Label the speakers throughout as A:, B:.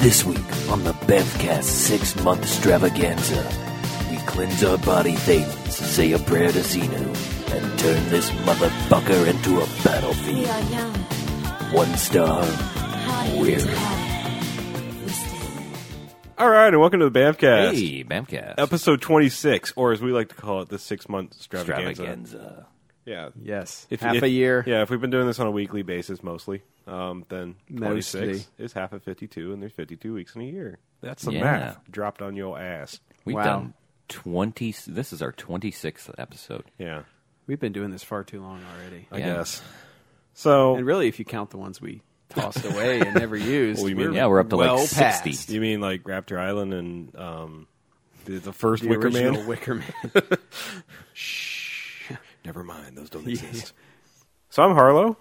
A: This week on the Bevcast six month extravaganza, we cleanse our body thalens, say a prayer to Xenu, and turn this motherfucker into a
B: We
A: battlefield.
B: are young,
A: One star.
B: high and
A: Weird.
B: tired. We stand.
C: All right, and welcome to the Bamcast,
A: Hey, Bamcast.
C: episode twenty-six, or as we like to call it, the six-month extravaganza.
A: extravaganza.
C: Yeah,
D: Yes,
C: If-
D: half
C: if-
D: a year.
C: Yeah, if we've been doing this on a weekly basis mostly, um, then twenty-six
D: Mostly.
C: is half of fifty-two, and there's fifty-two weeks in a year. That's
E: Yeah.
C: dropped on your ass.
E: We've
D: Wow.
E: done 20. This is our 26th episode.
C: Yeah,
D: We've been doing this far too long already.
C: I
E: Yeah.
C: guess. So
D: And really, if you count the ones we tossed away and never used,
C: Well, you mean-
D: we're
E: Yeah, we're up to
D: well
E: like 60.
D: past
C: you mean like Raptor Island and um, the, the first
D: The
C: Wicker
D: original
C: Man?
D: Wicker Man.
C: Never mind, those don't
D: Yeah.
C: exist. So I'm Harlow.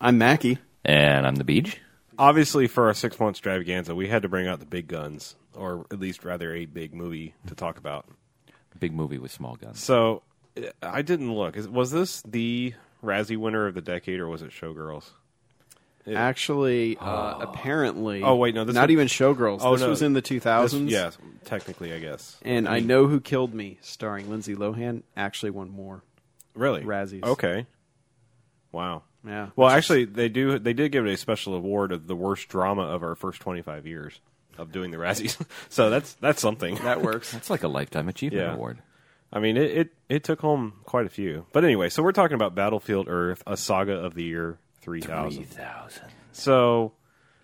D: I'm Mackie.
E: And I'm the beach.
C: obviously for our six months extravaganza we had to bring out the big guns or at least rather a big movie to talk about
E: Big movie with small guns.
C: so uh, i didn't look Is- was this the razzie winner of the decade or was it showgirls
D: Actually, uh, apparently.
C: Oh, wait, no, this
D: not
C: was-
D: even Showgirls.
C: Oh,
D: this
C: no.
D: was in the 2000s.
C: This- yes technically i guess
D: And I Know Who Killed Me, starring Lindsay Lohan, actually won more.
C: really
D: Razzies.
C: okay wow
D: Yeah.
C: well actually they do they did give it a special award of the worst drama of our first 25 years of doing the razzies so that's that's something
D: That works.
E: That's like a Lifetime Achievement
C: Yeah.
E: Award.
C: I mean, it, it, it took home quite a few. But anyway, so we're talking about Battlefield Earth, a saga of the year 3000.
E: 3,000.
C: So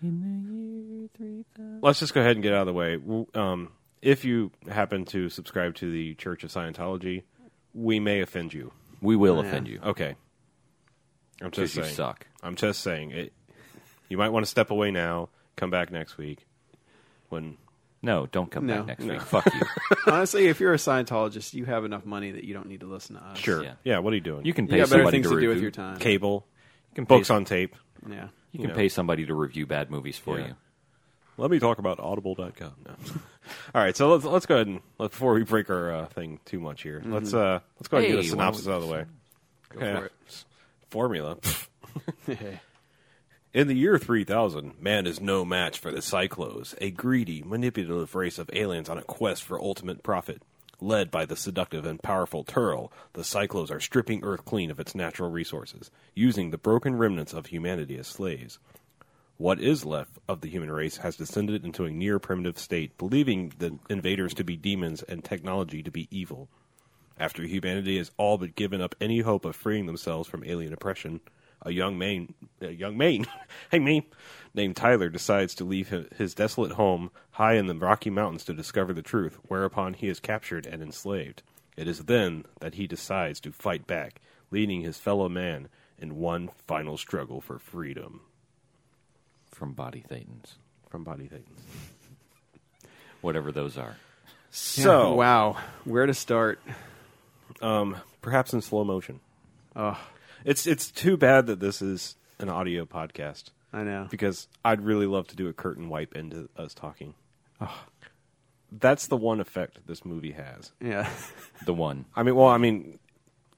E: In the year 3000.
C: let's just go ahead and get out of the way. W- Um, if you happen to subscribe to the Church of Scientology, we may offend you.
E: We will offend you.
C: Okay. I'm just
E: Because you
C: saying.
E: suck.
C: I'm just saying. It, you might want to step away now, come back next week when.
E: No, don't come
D: No.
E: back next
C: No.
E: week. Fuck you.
D: Honestly, if you're a Scientologist, you have enough money that you don't need to listen to us.
C: Sure. Yeah,
E: Yeah.
C: what are you doing?
E: You can
D: You
E: pay
D: got better
E: somebody
D: things to, do
E: review,
D: with your time.
C: cable,
E: can pay
C: books
E: some-
C: on tape.
D: Yeah.
E: You can
C: you know.
E: pay somebody to review bad movies for
C: Yeah.
E: you.
C: Let me talk about audible.com now. All right, so let's let's go ahead and let, before we break our uh, thing too much here,
D: Mm-hmm.
C: let's uh, let's go ahead and get a
E: Hey, why don't
C: synopsis out of the way.
D: Go
C: Yeah.
D: for it.
C: Formula. In the year 3000, man is no match for the Cyclos, a greedy, manipulative race of aliens on a quest for ultimate profit. Led by the seductive and powerful Turl, the Cyclos are stripping Earth clean of its natural resources, using the broken remnants of humanity as slaves. What is left of the human race has descended into a near primitive state, believing the invaders to be demons and technology to be evil. After humanity has all but given up any hope of freeing themselves from alien oppression, a young man, a young man, hey me, named Tyler decides to leave hi- his desolate home high in the Rocky Mountains to discover the truth, whereupon he is captured and enslaved. It is then that he decides to fight back, leading his fellow man in one final struggle for freedom
E: From Body Thetans.
C: from body things.
E: Whatever those are.
C: So,
D: wow, where to start?
C: perhaps in slow motion.
D: Oh,
C: It's it's too bad that this is an audio podcast.
D: I know.
C: because I'd really love to do a curtain wipe into us talking. That's the one effect this movie has.
D: Yeah.
E: The one.
C: I mean, well, I mean,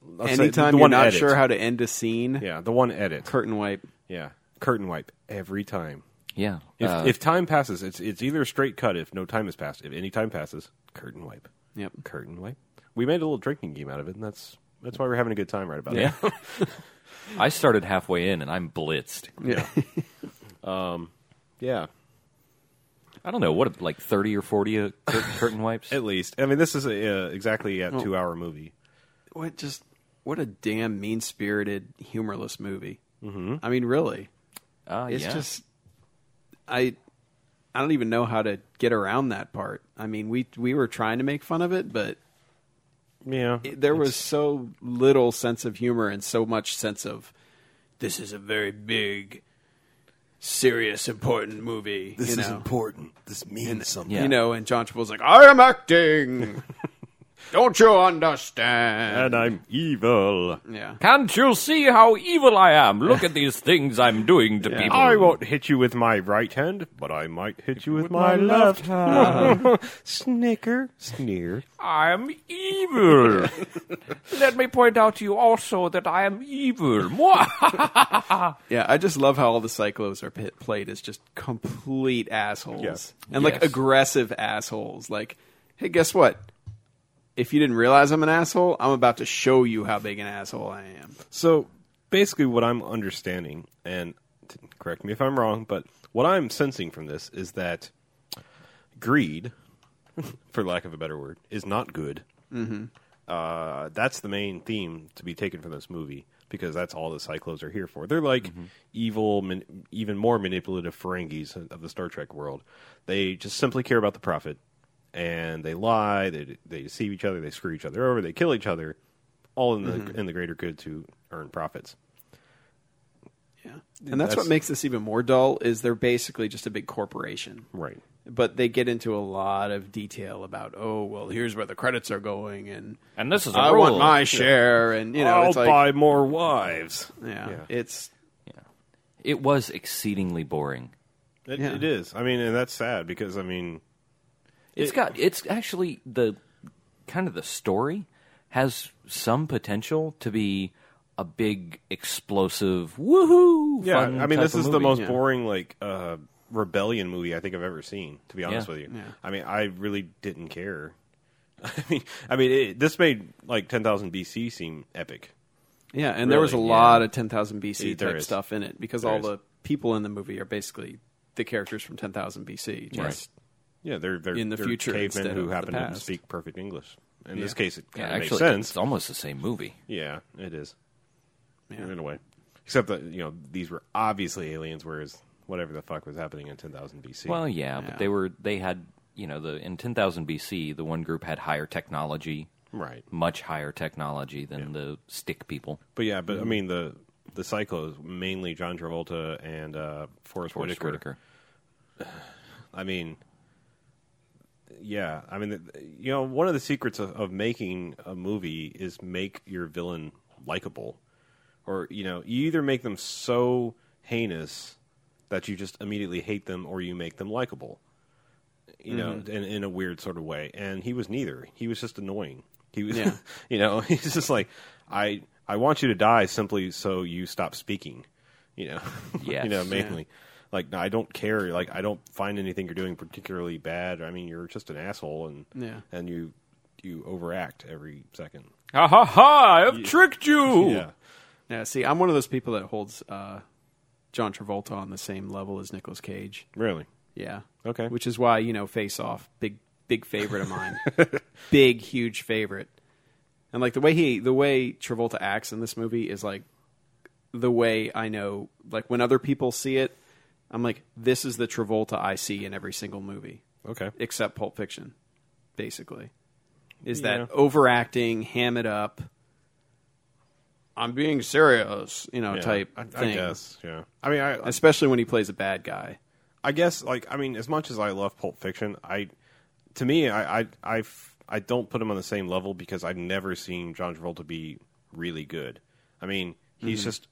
C: let's say
D: Anytime
C: the
D: you're
C: one
D: not
C: edit.
D: sure how to end a scene,
C: yeah, the one edit,
D: curtain wipe.
C: yeah, curtain wipe every time.
E: Yeah.
C: If,
E: Uh,
C: if time passes, it's it's either a straight cut. If no time has passed, if any time passes, curtain wipe,
D: Yep.
C: curtain wipe. We made a little drinking game out of it, and that's that's why we're having a good time right about
E: yeah.
C: it.
E: I started halfway in and I'm blitzed.
D: Yeah.
C: Yeah,
E: I don't know. What, like 30 or 40 uh, curtain, curtain wipes?
C: at least. I mean, this is a, uh, exactly a two hour movie.
D: what just what a damn mean-spirited, humorless movie. Mm-hmm. I mean, really.
E: Uh,
D: It's
E: yeah.
D: just I I don't even know how to get around that part. I mean, we we were trying to make fun of it, but
C: Yeah,
D: it- there was so little sense of humor and so much sense of this is a very big serious important movie you know
C: important. This means something.
E: Yeah.
D: you know and john travolta's like i am acting Don't you understand?
E: uh,
C: And I'm evil.
D: yeah.
E: Can't you see how evil I am? Look at these things I'm doing to people.
C: I won't hit you with my right hand, but I might hit you with, my, left. Snicker, sneer.
E: I'm evil. Let me point out to you also that I am evil.
D: Yeah, I just love how all the Cyclos are p- played as just complete assholes.
C: Yeah.
D: And like
E: Yes.
D: aggressive assholes. Like, hey, guess what? If you didn't realize I'm an asshole, I'm about to show you how big an asshole I am.
C: So basically, what I'm understanding, and t- correct me if I'm wrong, but what I'm sensing from this is that greed, for lack of a better word, is not good. Mm-hmm. Uh, that's the main theme to be taken from this movie because that's all the Cyclos are here for. They're like evil, man- even more manipulative Ferengis of the Star Trek world. They just simply care about the profit, and they lie, they they deceive each other, they screw each other over, they kill each other, all in the in the greater good to earn profits.
D: Yeah. And that's,
C: That's-
D: what makes this even more dull is they're basically just a big corporation.
C: Right.
D: But they get into a lot of detail about, oh, well, here's where the credits are going and
E: and this is a
D: I
E: rule.
D: want my share and you know,
C: I'll
D: it's like
C: buy more wives.
D: yeah,
C: Yeah.
D: It's
E: It was exceedingly boring.
C: It,
D: Yeah.
C: it is. I mean, and that's sad because I mean,
E: It's got. It's actually the kind of the story has some potential to be a big explosive woohoo.
C: yeah.
E: fun
C: I mean,
E: type
C: this
E: of
C: is the
E: movie.
C: most
D: yeah.
C: boring like uh, rebellion movie I think I've ever seen. To be honest
E: Yeah.
C: with you,
D: Yeah.
C: I mean, I really didn't care. I mean, I mean, it, this made like ten thousand BC seem epic.
D: Yeah, and there was a
C: Really,
D: lot of 10,000 BC
C: Yeah, there
D: type
C: is.
D: stuff in it because
C: There
D: all
C: is.
D: the people in the movie are basically the characters from 10,000 BC. Just,
C: Yeah, they're they're
D: In the
C: they're
D: future instead
C: cavemen
D: of
C: who
D: the
C: happen to
D: past.
C: speak perfect English. In this
D: Yeah.
C: case, it
E: Yeah,
C: kind of
E: actually,
C: makes sense.
E: it's almost the same movie.
C: Yeah, it is.
D: Yeah.
C: In a way. Except that, you know, these were obviously aliens, whereas whatever the fuck was happening in 10,000 BC.
E: Well, yeah, but
D: Yeah.
E: they were they had you know the in 10,000 BC the one group had higher technology,
C: right.
E: much higher technology than the stick people.
C: But yeah, but I mean, the the Cyclos, mainly John Travolta and uh, Forrest,
E: Forrest
C: Whitaker.
E: Whitaker.
C: I mean, yeah. I mean, th- you know, one of the secrets of, of making a movie is make your villain likable, or you know, you either make them so heinous that you just immediately hate them, or you make them likable. You know, in in a weird sort of way. And he was neither. He was just annoying. He was,
D: Yeah.
C: you know, he's just like, I I want you to die simply so you stop speaking. You know,
E: Yes.
C: you know, mainly. Like no, I don't care. Like I don't find anything you're doing particularly bad. I mean, you're just an asshole, and
D: Yeah.
C: and you you overact every second.
E: Ha ha ha! I have tricked you.
C: Yeah,
D: Yeah, see, I'm one of those people that holds uh, John Travolta on the same level as Nicolas Cage.
C: really.
D: Yeah.
C: Okay.
D: Which is why, you know, Face Off, big big favorite of mine. big huge favorite. And like the way he the way Travolta acts in this movie is like the way I know like when other people see it, I'm like this is the Travolta I see in every single movie.
C: Okay.
D: except Pulp Fiction, basically. Is
C: Yeah.
D: that overacting, ham it up, I'm being serious, you know,
C: Yeah.
D: type
C: I,
D: thing.
C: I guess. Yeah. I mean, I
D: Especially when he plays a bad guy.
C: I guess like I mean, as much as I love Pulp Fiction, I to me I I I've, I don't put him on the same level because I've never seen John Travolta be really good. I mean, he's just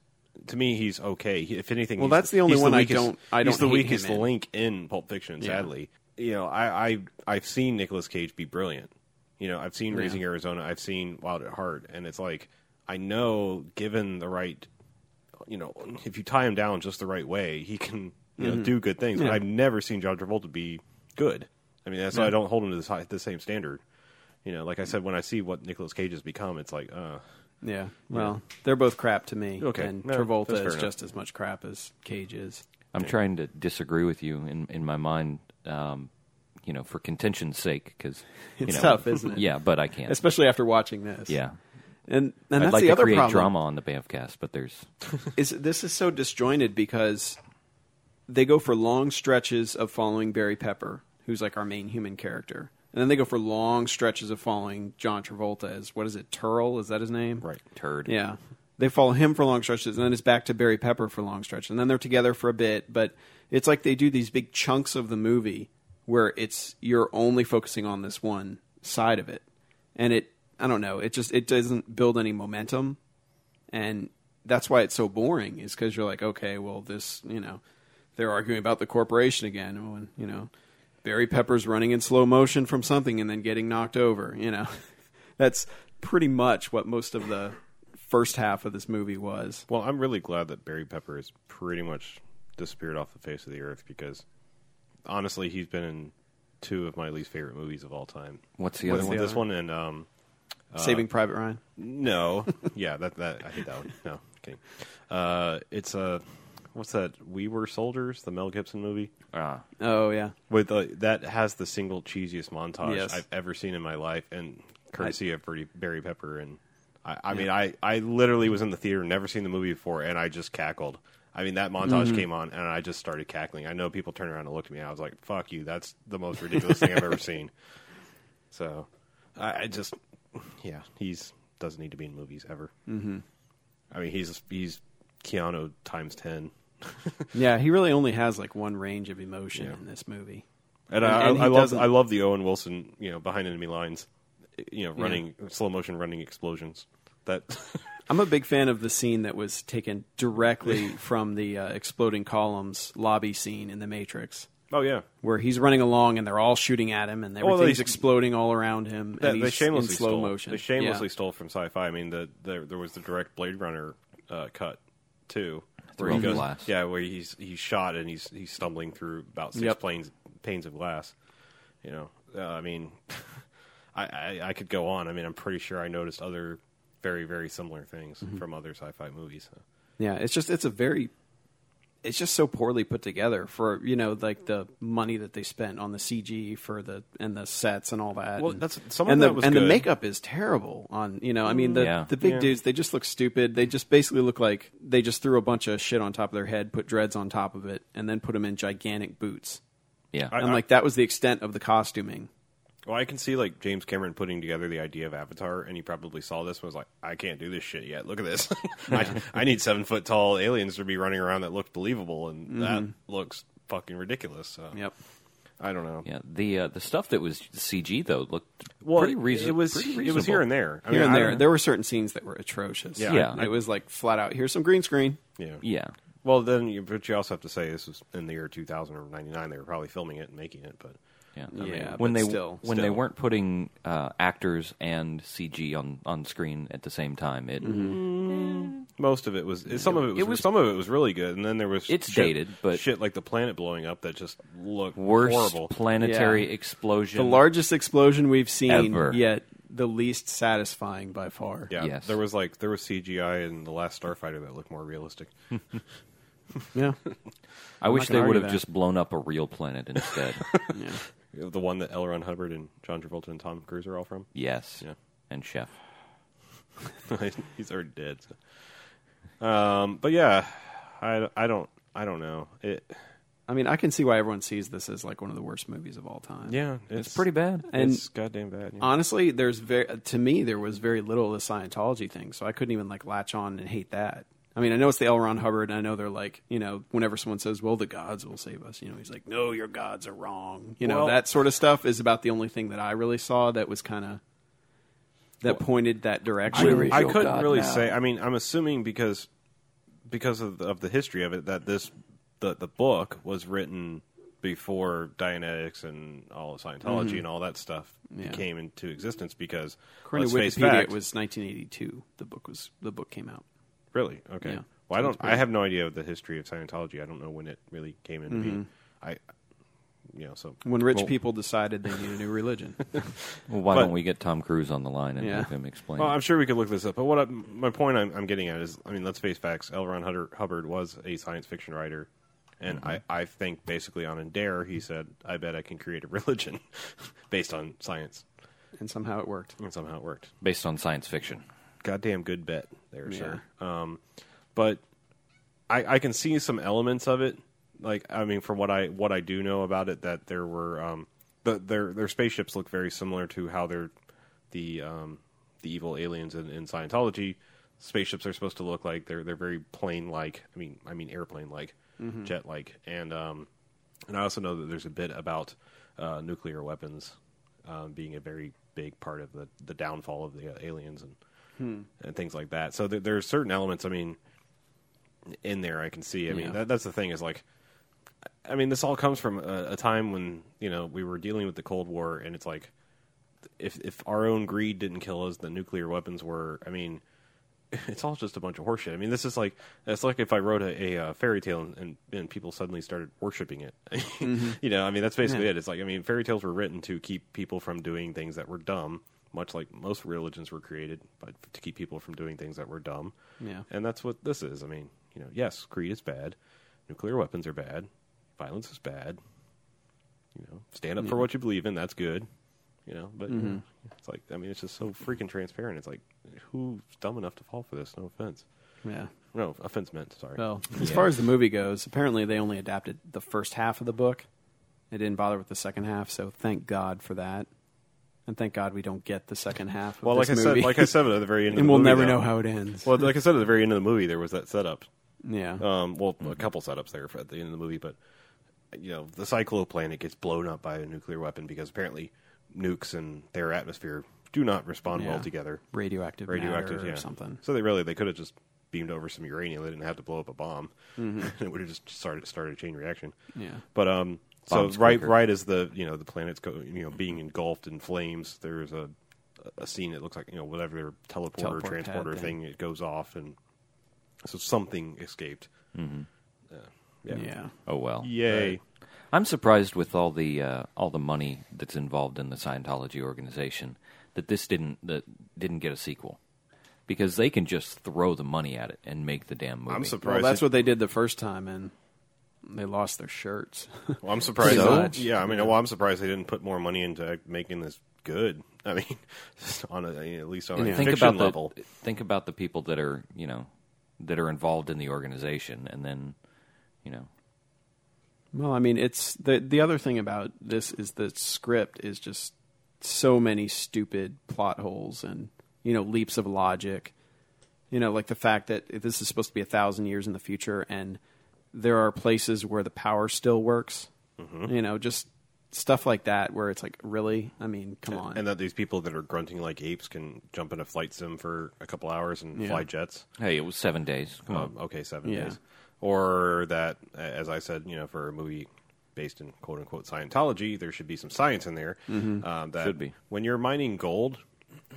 C: to me he's okay. He, if anything,
D: Mm-hmm. Well,
C: he's-
D: that's the only
C: he's
D: one I
C: weakest-
D: don't- I
C: he's
D: don't
C: the
D: hate
C: weakest
D: him in.
C: link in Pulp Fiction. Sadly, you know, I, I I've seen Nicolas Cage be brilliant. You know, I've seen Raising Arizona, I've seen Wild at Heart, and it's like I know, given the right you know, if you tie him down just the right way, he can you know do good things. But I've never seen John Travolta be good. I mean, that's why I don't hold him to this high, the same standard. You know, like I said, when I see what Nicolas Cage has become, it's like, uh,
D: Yeah. Well, they're both crap to me.
C: Okay.
D: And
C: Yeah,
D: Travolta
C: that's
D: is
C: fair enough.
D: just as much crap as Cage is.
E: I'm trying to disagree with you in in my mind, um, you know, for contention's sake, because
D: It's
E: know,
D: tough, isn't it?
E: Yeah, but I can't.
D: Especially after watching this.
E: yeah,
D: And, and
E: I'd
D: that's
E: like
D: the
E: to
D: other
E: create
D: problem.
E: drama on the Bamfcast, but there's
D: is this is so disjointed because they go for long stretches of following Barry Pepper, who's like our main human character, and then they go for long stretches of following John Travolta as what is it, Turl? Is that his name?
C: right,
E: turd.
D: Yeah. They follow him for long stretches, and then it's back to Barry Pepper for long stretches, and then they're together for a bit. But it's like they do these big chunks of the movie where it's you're only focusing on this one side of it, and it I don't know, it just it doesn't build any momentum, and that's why it's so boring. Is because you're like, okay, well, this you know, they're arguing about the corporation again, oh, and you know, Barry Pepper's running in slow motion from something and then getting knocked over. You know, that's pretty much what most of the first half of this movie was.
C: Well, I'm really glad that Barry Pepper has pretty much disappeared off the face of the earth because honestly, he's been in two of my least favorite movies of all time.
E: What's the
C: This-
E: other one?
C: This one and um,
D: Saving Private Ryan.
C: no, yeah, that that I hate that one. No, kidding. Uh, it's uh, what's that? We Were Soldiers, the Mel Gibson movie.
E: Ah.
D: Oh yeah.
C: With uh, that has the single cheesiest montage
D: Yes.
C: I've ever seen in my life, and courtesy of Bertie, Barry Pepper. And I, I mean, I I literally was in the theater, never seen the movie before, and I just cackled. I mean, that montage came on, and I just started cackling. I know people turned around and looked at me. And I was like, "Fuck you! That's the most ridiculous thing I've ever seen." So, I, I just, yeah, he's doesn't need to be in movies ever. Mm-hmm. I mean, he's he's Keanu times ten.
D: Yeah, he really only has like one range of emotion in this movie.
C: And,
D: And-
C: I,
D: and he
C: I, I love
D: doesn't-
C: I love the Owen Wilson, you know, behind enemy lines, you know, running slow motion running explosions. That
D: I'm a big fan of the scene that was taken directly from the uh, exploding columns lobby scene in The Matrix,
C: oh yeah,
D: where he's running along and they're all shooting at him and
C: they-
D: everything's exploding all around him.
C: that,
D: and
C: they
D: he's
C: shamelessly
D: in slow
C: stole.
D: motion.
C: They shamelessly
D: Yeah.
C: stole from sci-fi. I mean, the, the there was the direct Blade Runner uh, cut too,
E: Through glass.
C: yeah, where he's he's shot and he's he's stumbling through about six
D: Yep.
C: planes panes of glass. You know, uh, I mean, I, I I could go on. I mean, I'm pretty sure I noticed other very very similar things
D: Mm-hmm.
C: from other sci-fi movies.
D: Yeah, it's just it's a very it's just so poorly put together for you know like the money that they spent on the CG for the and the sets and all that.
C: Well,
D: and,
C: that's- some of
D: and
C: that
D: the
C: was
D: and the
C: good.
D: makeup is terrible on you know I mean the
E: Yeah.
D: the big
C: Yeah.
D: dudes they just look stupid. They just basically look like they just threw a bunch of shit on top of their head, put dreads on top of it, and then put them in gigantic boots.
E: Yeah.
C: I-
D: And like that was the extent of the costuming.
C: Well, I can see like James Cameron putting together the idea of Avatar, and he probably saw this and was like, "I can't do this shit yet. Look at this. I, I need seven foot tall aliens to be running around that look believable, and
E: Mm-hmm.
C: that looks fucking ridiculous." So
D: Yep.
C: I don't know.
E: yeah. The uh, the stuff that was CG though looked
C: Well,
E: pretty, reason-
C: it was
E: pretty reasonable.
C: it was here and there. I
D: Here and
C: I
D: there,
C: don't-
D: there were certain scenes that were atrocious.
C: Yeah.
E: Yeah.
D: it was like flat out. Here's some green screen.
C: yeah.
E: Yeah.
C: Well, then, you, but you also have to say this was in the year two thousand or ninety nine. They were probably filming it and making it, but
E: Yeah.
D: Yeah,
E: when
D: but
E: they
D: still-
E: when they
C: still.
E: weren't putting uh, actors and CG on, on screen at the same time, it
D: Mm-hmm.
C: most of it was some of it was,
E: It was-
C: some of it was really good, and then there was
E: It's
C: shit-
E: dated, but-
C: shit like the planet blowing up that just looked
E: worst
C: horrible.
E: planetary
D: Yeah.
E: explosion.
D: The largest explosion we've seen
E: Ever.
D: yet the least satisfying by far.
C: Yeah,
E: Yes.
C: there was like there was CGI in the last Starfighter that looked more realistic.
D: Yeah.
E: I wish
D: not
E: they
D: gonna
E: would
D: argue that.
E: have just blown up a real planet instead.
C: the one that L. Ron Hubbard and John Travolta and Tom Cruise are all from.
E: yes.
C: Yeah.
E: And chef.
C: He's already dead. so. Um, but yeah, I, I don't I don't know. It
D: I mean, I can see why everyone sees this as like one of the worst movies of all time.
C: yeah,
E: It's, pretty bad.
D: And-
C: it's goddamn bad. yeah.
D: Honestly, there's very to me there was very little of the Scientology thing, so I couldn't even like latch on and hate that. I mean, I know it's the L. Ron Hubbard, and I know they're like, you know, whenever someone says, "Well, the gods will save us," you know, he's like, "No, your gods are wrong." You know,
C: Well-
D: that sort of stuff is about the only thing that I really saw that was kind of that pointed that direction.
E: Where is
C: I
E: your
C: couldn't
E: God
C: really
E: now?
C: say. I mean, I'm assuming because because of the, of the history of it that this the the book was written before Dianetics and all of Scientology
D: Mm-hmm.
C: and all that stuff came into existence because
D: According to
C: let's face
D: Wikipedia,
C: fact-
D: it was 1982. The book was the book came out.
C: Really? Okay.
D: Yeah.
C: Well, I don't. I have no idea of the history of Scientology. I don't know when it really came into being. I, you know, so
D: Mm-hmm. when rich
C: Well-
D: people decided they needed a new religion.
E: Well, why
C: but-
E: don't we get Tom Cruise on the line and
D: Yeah.
E: have him explain?
C: Well,
E: it?
C: I'm sure we could look this up. But what I, my point I'm, I'm getting at is, I mean, let's face facts. L. Ron Hubbard, Hubbard was a science fiction writer, and I, I think basically on a dare he said, "I bet I can create a religion based on science,"
D: and somehow it worked.
C: and somehow it worked.
E: Based on science fiction.
C: goddamn good bet there, sir. Um, but I, I can see some elements of it. Like, I mean, from what I what I do know about it, that there were um, the, their their spaceships look very similar to how they're the um, the evil aliens in, in Scientology spaceships are supposed to look like. They're they're very plane like. I mean, I mean airplane like, jet like, and um, and I also know that there's a bit about uh, nuclear weapons um, being a very big part of the, the downfall of the uh, aliens and and things like that. So there, there are certain elements. I mean, in there I can see. I
E: Yeah.
C: mean, that, that's the thing is like, I mean, this all comes from a, a time when you know we were dealing with the Cold War, and it's like, if if our own greed didn't kill us, the nuclear weapons were. I mean, it's all just a bunch of horseshit. I mean, this is like it's like if I wrote a, a uh, fairy tale and, and and people suddenly started worshiping it. you know, I mean, that's basically it. It's like I mean, fairy tales were written to keep people from doing things that were dumb, much like most religions were created, but to keep people from doing things that were dumb.
D: Yeah.
C: and that's what this is. I mean, you know, yes, greed is bad, nuclear weapons are bad, violence is bad. You know, stand up for what you believe in. That's good. You know, but you
D: Mm-hmm.
C: know, it's like I mean, it's just so freaking transparent. It's like who's dumb enough to fall for this? No offense.
D: Yeah.
C: No offense meant. Sorry.
D: Well, as far as the movie goes, apparently they only adapted the first half of the book. They didn't bother with the second half, so thank God for that. And thank God we don't get the second half. Of
C: Well, like
D: this
C: I
D: movie.
C: said, like I said at the very end, of
D: and
C: the
D: we'll
C: movie,
D: never
C: though-
D: know how it ends.
C: Well, like I said at the very end of the movie, there was that setup.
D: yeah,
C: Um, well,
D: Mm-hmm.
C: a couple setups there for at the end of the movie, but you know, the cycloplanet gets blown up by a nuclear weapon because apparently nukes and their atmosphere do not respond well
D: Yeah.
C: together.
D: radioactive,
C: radioactive
D: matter
C: yeah.
D: or something.
C: So they really they could have just beamed over some uranium. They didn't have to blow up a bomb. it would have just started started a chain reaction.
D: Mm-hmm. Yeah.
C: But um,
E: Bombs
C: so right
E: quicker.
C: right as the you know the planet's go, you know being engulfed in flames, there's a a scene that looks like you know whatever teleporter
D: Teleport pad
C: transporter
D: thing.
C: thing. it goes off and so something escaped.
D: Mm-hmm. Yeah.
C: Mm-hmm. yeah.
E: Oh well.
C: Yay.
E: I'm surprised with all the uh, all the money that's involved in the Scientology organization that this didn't that didn't get a sequel because they can just throw the money at it and make the damn movie.
C: I'm
D: Well,
C: surprised.
D: that's
C: it-
D: what they did the first time, and they lost their shirts.
C: Well, I'm surprised.
E: Pretty
C: that-
E: much.
C: yeah, I mean, well, I'm surprised they didn't put more money into making this good. I mean, on a, at least on
D: And
C: a
D: Yeah.
E: think
C: fiction
E: about the
C: level.
E: think about the people that are you know that are involved in the organization, and then you know
D: Well, I mean, it's the the other thing about this is the script is just so many stupid plot holes and you know leaps of logic. You know, like the fact that this is supposed to be a thousand years in the future, and there are places where the power still works.
C: Mm-hmm.
D: You know, just stuff like that where it's like, really? I mean, come on.
C: and that these people that are grunting like apes can jump in a flight sim for a couple hours and
D: Yeah.
C: fly jets.
E: hey, it was seven days. Come on,
C: Um, okay, seven
D: Yeah.
C: days. Or that, a- as I said, you know, for a movie based in quote unquote Scientology, there should be some science in there.
D: Mm-hmm.
C: Um, that
E: Should be.
C: when you're mining gold,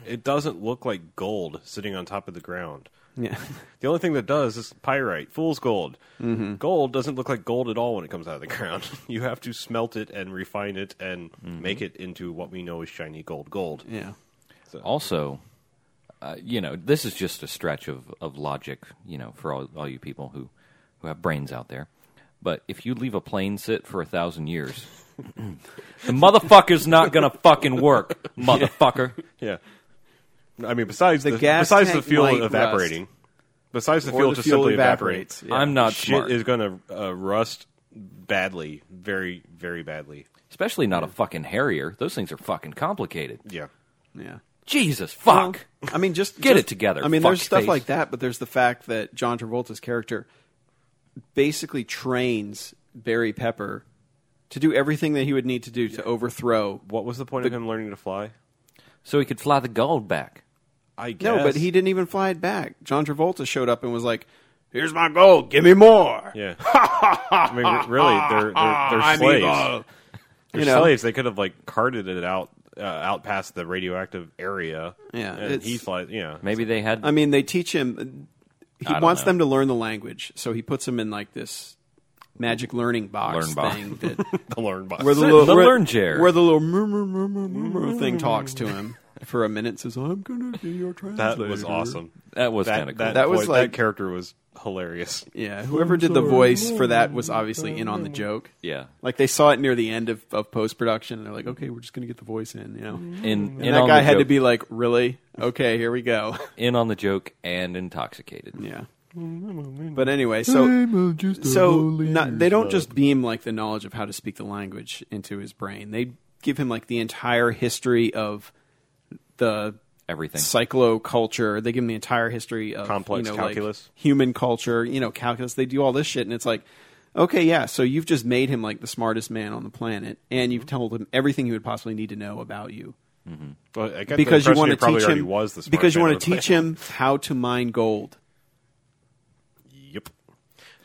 C: it doesn't look like gold sitting on top of the ground.
D: yeah,
C: The only thing that does is pyrite, fool's gold.
D: Mm-hmm.
C: Gold doesn't look like gold at all when it comes out of the ground. you have to smelt it and refine it and
D: Mm-hmm.
C: make it into what we know is shiny gold gold.
D: yeah,
E: also, uh, you know, this is just a stretch of, of logic, you know, for all, all you people who, who have brains out there. But if you leave a plane sit for a thousand years, the motherfucker's not gonna fucking work, motherfucker.
C: Yeah. I mean, besides the,
D: gas
C: besides the
D: tank
C: fuel
D: might
C: evaporating, besides the
D: Or
C: fuel
D: the
C: just
D: fuel
C: simply evaporates.
D: evaporates, yeah.
E: I'm not
C: shit
E: smart.
C: is going to uh, rust badly, very very badly.
E: Especially not a fucking Harrier. Those things are fucking complicated.
C: Yeah.
D: yeah.
E: Jesus fuck.
D: Well, I mean, just
E: Get it
D: just-
E: together,
D: I mean, there's
E: fuckface.
D: stuff like that, but there's the fact that John Travolta's character basically trains Barry Pepper to do everything that he would need to do to overthrow.
C: What was the point of him learning to fly?
E: So he could fly the gold back.
C: I guess.
D: No, but he didn't even fly it back. John Travolta showed up and was like, "Here's my gold. Give me more." Ah,
C: Yeah. I mean, re- really, they're they're, they're
D: I'm
C: slaves.
E: uh,
D: evil.
C: They're
D: You know?
C: slaves. They could have like carted it out uh, out past the radioactive area.
D: Yeah,
C: and he
D: it's-
C: flies. Yeah,
E: Maybe they had
D: I mean, they teach him. uh, He
E: don't
D: wants
E: know.
D: them to learn the language, so he puts them in like this magic learning box
E: Learn box.
D: thing that
C: the learn box.
D: where the
E: Sit
D: little
E: in the
D: where-
E: learn chair.
D: where the little murmur, murmur, murmur thing talks to him for a minute. Says, "I'm gonna be your translator."
C: that was awesome.
E: That was
C: that,
E: kinda cool.
C: That,
D: That was
C: voice-
D: like-
C: that character was hilarious.
D: Yeah, whoever did the voice for that was obviously in on the joke.
E: Yeah.
D: like they saw it near the end of, of post production, and they're like, "Okay, we're just gonna get the voice in," you know. And,
E: in, Mm-hmm. in
D: that
E: on
D: guy
E: the
D: had to
E: joke-
D: be like, "Really? Okay, here we go."
E: in on the joke and intoxicated.
D: yeah. But anyway, so so not, they don't just beam like the knowledge of how to speak the language into his brain. They give him like the entire history of the
E: Everything.
D: cycloculture. They give them the entire history of
C: Complex
D: you know, like,
C: calculus.
D: human culture, you know, calculus. They do all this shit, and it's like, okay, yeah. So you've
C: Mm-hmm.
D: just made him like the smartest man on the planet, and you've told him everything he would possibly need to know about you.
C: Well, I got
D: because
C: the
D: you want
C: impression
D: to
C: he probably
D: teach
C: already
D: him
C: was the smart
D: because you
C: man
D: want
C: with
D: to teach
C: my-
D: him how to mine gold.
C: Yep,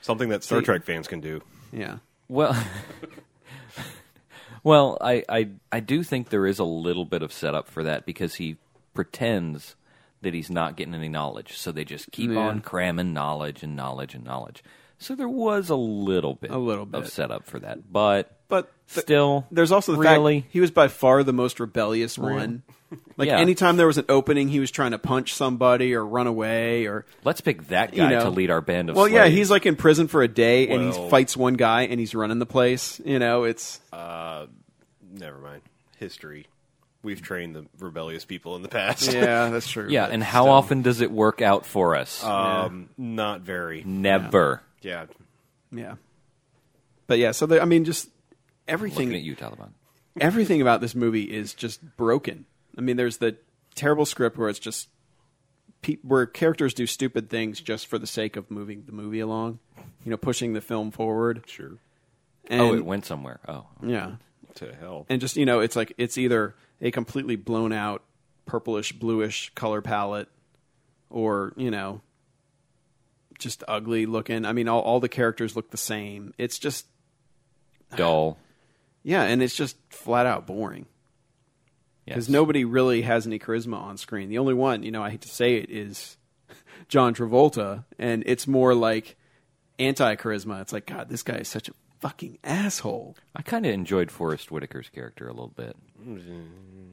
C: something that Star
D: See-
C: Trek fans can do.
D: Yeah.
E: Well, well, I, I I do think there is a little bit of setup for that because he pretends that he's not getting any knowledge, so they just keep
D: Yeah.
E: on cramming knowledge and knowledge and knowledge. So there was a little bit,
D: A little
E: of
D: bit.
E: setup for that, but
D: But th-
E: still,
D: there's also the
E: really
D: fact he was by far the most rebellious one. Like
E: Yeah.
D: anytime there was an opening, he was trying to punch somebody or run away or
E: let's pick that
D: you
E: guy
D: know.
E: to lead our band of
D: Well, yeah,
E: slaves.
D: he's like in prison for a day and
C: Well-
D: he fights one guy and he's running the place. You know, it's
C: Never mind history. We've trained the rebellious people in the past.
D: yeah, that's true.
E: yeah,
D: but- Uh,
E: and how often does it work out for us?
C: um, not very.
E: Never.
C: Yeah,
D: yeah, but yeah. So there, I mean, just
E: Looking at
D: everything,
E: you, Taliban.
D: everything about this movie is just broken. I mean, there's the terrible script where it's just pe- where characters do stupid things just for the sake of moving the movie along. You know, pushing the film forward.
C: sure.
D: And,
E: Oh, it went somewhere. Oh,
D: Yeah,
C: To hell.
D: and just you know it's like it's either a completely blown out purplish bluish color palette or you know just ugly looking i mean all, all the characters look the same it's just
E: dull.
D: yeah and it's just flat out boring because
E: Yes.
D: nobody really has any charisma on screen the only one you know i hate to say it is john travolta and it's more like anti-charisma it's like god this guy is such a fucking asshole
E: I kind of enjoyed Forrest Whitaker's character a little bit.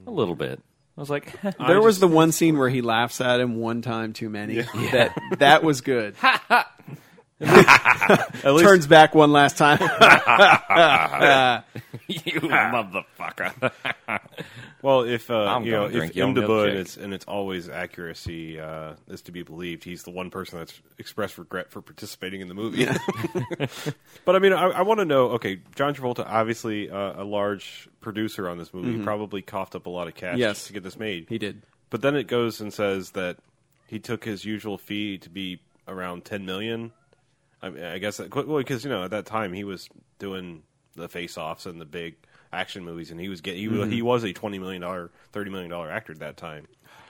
E: A little bit. I was like,
D: There was the one scene where he laughs at him one time too many. That that was good.
C: At least
D: Turns back one last time.
E: you
C: Ah.
E: motherfucker.
C: Well, if uh,
E: I'm
C: you
E: gonna
C: know, if
E: drink your
C: Imdabud
E: milkshake.
C: and it's, and it's always accuracy uh, is to be believed, he's the one person that's expressed regret for participating in the movie. but I mean, I, I want to know. Okay, John Travolta, obviously uh, a large producer on this movie,
E: Mm-hmm.
C: probably coughed up a lot of cash
D: Yes.
C: to get this made.
D: he did.
C: But then it goes and says that he took his usual fee to be around ten million. I, mean, I guess that, well, because you know at that time he was doing the face-offs and the big action movies, and he was getting he, was
D: Mm-hmm.
C: he was a twenty million dollar, thirty million dollar actor at that time.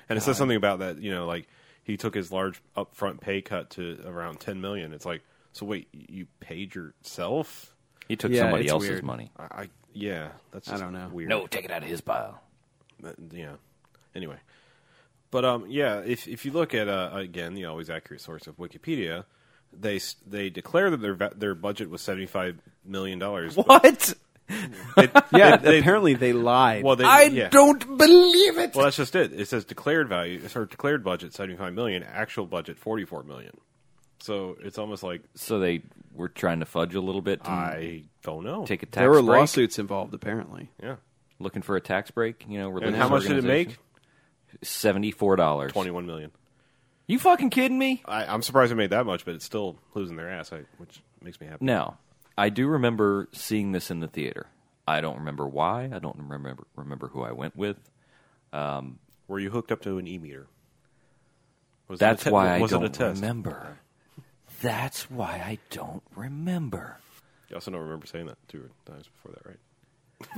C: And it says something about that, you know, like he took his large upfront pay cut to around ten million. It's like, so wait, you paid yourself?
E: He took
D: Yeah,
E: somebody
D: it's
E: else's
D: weird.
E: money.
C: I, I yeah, that's
D: I
C: just
D: don't know.
C: Weird.
A: Oh,
E: No, take it out of his pile.
C: Uh, yeah. Anyway, but um, yeah. If if you look at uh, again the always accurate source of Wikipedia, they s- they declare that their va- their budget was seventy five million dollars.
E: What?
D: Yeah, apparently they lied.
C: Well, they,
E: I
C: yeah.
E: don't believe it.
C: Well, that's just it. It says declared value or declared budget seventy five million, actual budget forty four million. So it's almost like
E: So they were trying to fudge a little bit to
C: I don't know.
E: Hmm. take a tax
D: there were
E: break.
D: lawsuits involved apparently.
C: yeah.
E: Looking for a tax break, you know.
C: And
E: religious
C: how much did it make?
E: organization. Seventy-four dollars.
C: Twenty one million.
E: You fucking kidding me?
C: I, I'm surprised it made that much, but it's still losing their ass, I, which makes me happy.
E: Now, I do remember seeing this in the theater. I don't remember why. I don't remember remember who I went with.
C: Were you hooked up to an e meter? Was it a
E: That's
C: te-
E: why I
C: was it a
E: don't
C: test?
E: remember. That's why I don't remember.
C: You also don't remember saying that two times before that, right?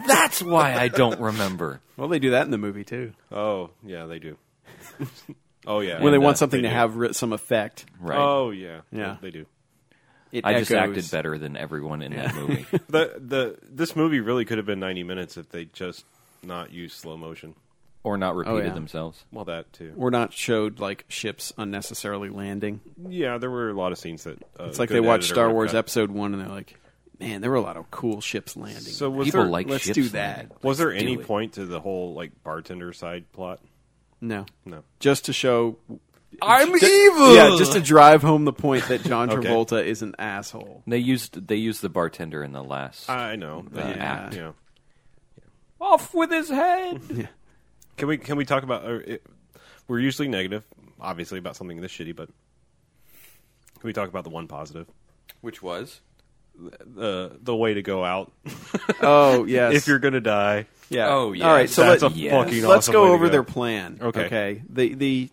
E: That's why I don't remember.
D: Well, they do that in the movie too.
C: Oh, yeah, they do. oh, yeah.
D: When they
E: And,
D: want
E: uh,
D: something
C: they
D: to
C: do.
D: have ri- some effect.
E: Right.
C: Oh, yeah.
D: Yeah.
C: They do.
D: It
E: I just
D: echoes.
E: acted better than everyone in that movie.
C: The, the, this movie really could have been 90 minutes if they just not used slow motion.
E: or not repeated
D: yeah.
E: themselves.
C: Well, that too.
D: Or not showed like ships unnecessarily landing.
C: Yeah, there were a lot of scenes that. Uh,
D: It's like
C: good
D: they watched
C: editor
D: Star
C: would
D: Wars
C: cut.
D: Episode One and they're like, "Man, there were a lot of cool ships landing."
C: So was
E: People
C: there,
E: like
D: let's
E: ships
D: do that.
E: landing.
C: was there
E: Let's
C: any
E: do it.
C: point to the whole like bartender side plot?
D: no,
C: No.
D: just to show
E: I'm evil.
D: Yeah, just to drive home the point that John
C: Okay.
D: Travolta is an asshole.
E: They used they used the bartender in the last.
C: I know. but
E: Uh,
C: you-
E: act.
C: you know.
E: Off with his head.
C: Can we can we talk about? Uh, it, we're usually negative, obviously, about something this shitty, but can we talk about the one positive?
E: Which was
C: The the way to go out
D: Oh yes.
C: if you're gonna die.
D: yeah.
E: Oh, yeah.
D: All right. So
C: That's
D: let,
C: a
E: yes.
C: fucking.
D: let's
C: awesome
D: go
C: way to
D: over their plan.
C: Okay.
D: Okay. The the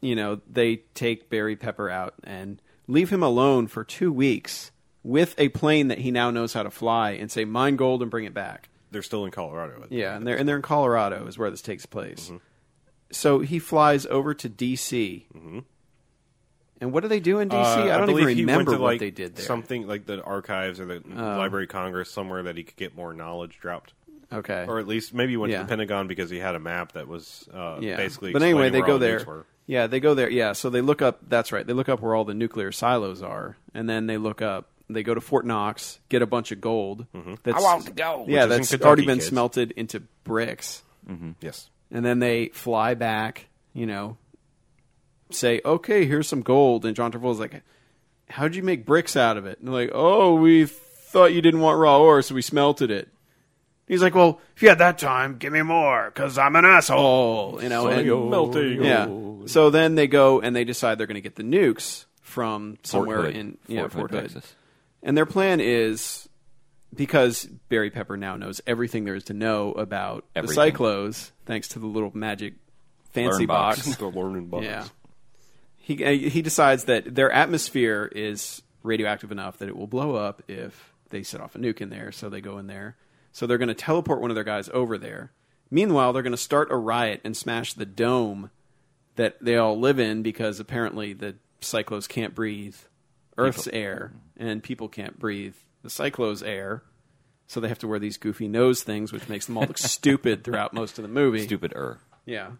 D: you know they take Barry Pepper out and leave him alone for two weeks with a plane that he now knows how to fly and say mine gold and bring it back.
C: they're still in Colorado. at the
D: Yeah,
C: end.
D: and they're and they're in Colorado is where this takes place.
C: Mm-hmm.
D: So he flies over to DC. And what do they do in DC?
C: Mm-hmm. Uh,
D: I don't
C: believe
D: even
C: he went
D: remember
C: to,
D: what
C: like,
D: they did there. Oh.
C: Something like the archives or the Library of Congress somewhere that he could get more knowledge dropped,
D: okay.
C: or at least maybe he went
D: Eh. Yeah.
C: to the Pentagon because he had a map that was uh,
D: yeah.
C: basically.
D: but anyway,
C: explaining
D: they
C: where
D: go
C: all the nukes
D: there.
C: were.
D: Yeah, they go there. Yeah, so they look up. That's right. They look up where all the nuclear silos are, and then they look up. They go to Fort Knox, get a bunch of gold. That's, I want to go.
C: Mm-hmm. Which is
D: Yeah,
C: in
D: that's
C: Kentucky,
D: already been
C: kids.
D: smelted into bricks.
C: Yes.
D: and then they fly back, you know, say, "Okay, here's some gold." And John Travolta's like, "How'd you make bricks out of it?" And they're like, "Oh, we thought you didn't want raw ore, so we smelted it." He's like, "Well, if you had that time, give me more, cause I'm an asshole," you know. and-
C: melting.
D: yeah. So then they go and they decide they're going to get the nukes from somewhere
E: Hood.
D: in yeah,
E: Fort
D: Fort,
E: Hood,
D: Hood.
E: Texas.
D: And their plan is because Barry Pepper now knows everything there is to know about the
E: Everything.
D: Cyclos, thanks to the little magic fancy
E: Learn box.
D: box.
C: The learning box.
D: yeah. He uh, he decides that their atmosphere is radioactive enough that it will blow up if they set off a nuke in there, so they go in there. So they're going to teleport one of their guys over there. Meanwhile, they're going to start a riot and smash the dome that they all live in because apparently the cyclos can't breathe Earth's air and people can't breathe the cyclos air. So they have to wear these goofy nose things, which makes them all look stupid throughout most of the movie.
E: Stupid er.
D: Yeah.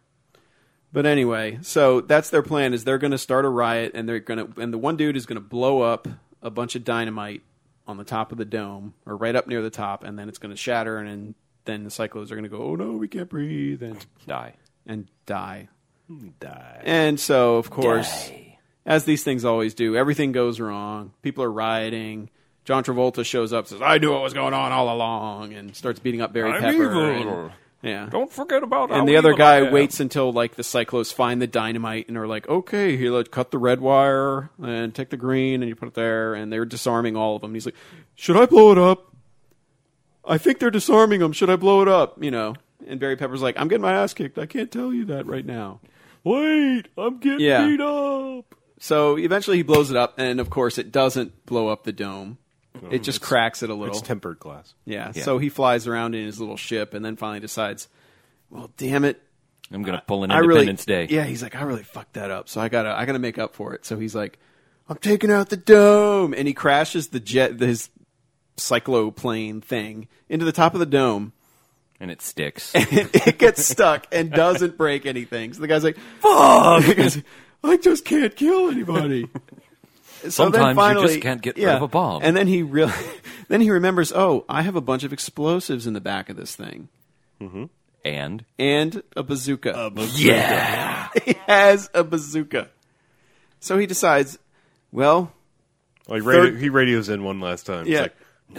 D: But anyway, so that's their plan is they're going to start a riot and they're going to and the one dude is going to blow up a bunch of dynamite on the top of the dome or right up near the top and then it's going to shatter and, then then the cyclos are going to go, "Oh no, we can't breathe." and
E: Die.
D: and die.
C: Die.
D: And so, of course, as these things always do, everything goes wrong. People are rioting. John Travolta shows up, says, "I knew what was going on all along," and starts beating up Barry
C: I'm
D: Pepper.
C: evil.
D: and- yeah,
E: Don't forget about
D: and the other guy waits until like the cyclos find the dynamite and are like, okay, he like cut the red wire and take the green and you put it there, and they're disarming all of them. And he's like, should I blow it up? I think they're disarming them. Should I blow it up? You know. And Barry Pepper's like, I'm getting my ass kicked. I can't tell you that right now.
C: Wait, I'm getting
D: Yeah.
C: beat up.
D: So eventually he blows it up, and of course it doesn't blow up the dome.
E: Oh,
D: It just cracks it a little.
C: It's tempered glass.
D: yeah. So he flies around in his little ship, and then finally decides, well, damn it,
E: I'm going to pull an
D: I really-
E: Independence Day.
D: Yeah, he's like, I really fucked that up, so I gotta, I gotta make up for it. So he's like, I'm taking out the dome, and he crashes the jet, his cycloplane thing into the top of the dome.
E: And it sticks.
D: it gets stuck and doesn't break anything. So the guy's like, "Fuck!" The guy's like, I just can't kill anybody. So
E: Sometimes you just can't get rid of a bomb.
D: And then he really, then he remembers, oh, I have a bunch of explosives in the back of this thing
E: and
D: and a bazooka.
C: Yeah.
D: he has a bazooka. So he decides, well,
C: Like radio,
D: Third-
C: he radios in one last time.
D: Yeah.
C: It's like,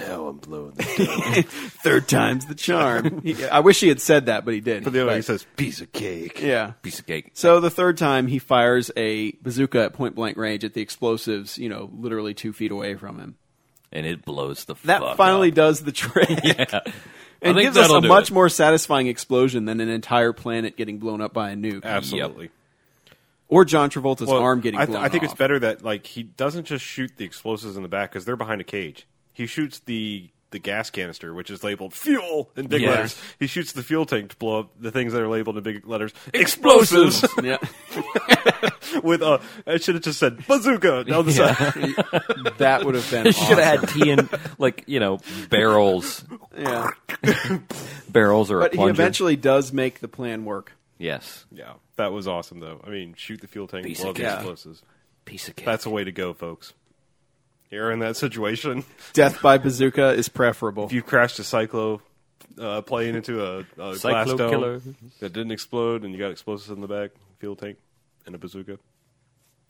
C: now I'm blowing this. up."
D: third time's the charm. He- I wish he had said that, but he didn't.
C: But the other guy says, piece of cake.
D: yeah.
E: piece of cake.
D: So the third time he fires a bazooka at point blank range at the explosives, you know, literally two feet away from him.
E: And it blows the
D: That
E: fuck
D: finally
E: up.
D: does the trick. And
E: think
D: gives us
E: that'll
D: a
E: do
D: much
E: it.
D: more satisfying explosion than an entire planet getting blown up by a nuke.
C: Absolutely.
D: Or John Travolta's
C: Well,
D: arm getting
C: I, th-
D: blown
C: I think it's
D: off.
C: better that like he doesn't just shoot the explosives in the back because they're behind a cage. He shoots the the gas canister, which is labeled fuel in big
E: Yeah.
C: letters. He shoots the fuel tank to blow up the things that are labeled in big letters explosives
D: Yeah.
C: with a. I should have just said bazooka down the side.
D: that would have been
E: Should
D: awesome.
E: have had tea in, like, you know, barrels.
D: Yeah.
E: Barrels or
D: But
E: a
D: he
E: plunger.
D: eventually does make the plan work.
E: yes.
C: Yeah, that was awesome though. I mean, shoot the fuel tank,
E: Piece
C: blow up
E: of
C: the
D: cake.
C: explosives.
E: Piece of cake.
C: That's a way to go, folks. You're in that situation.
D: Death by bazooka is preferable.
C: If you crashed a cyclo uh, plane into a, a glass
E: Cyclo
C: dome
E: killer.
C: that didn't explode, and you got explosives in the back, fuel tank, and a bazooka,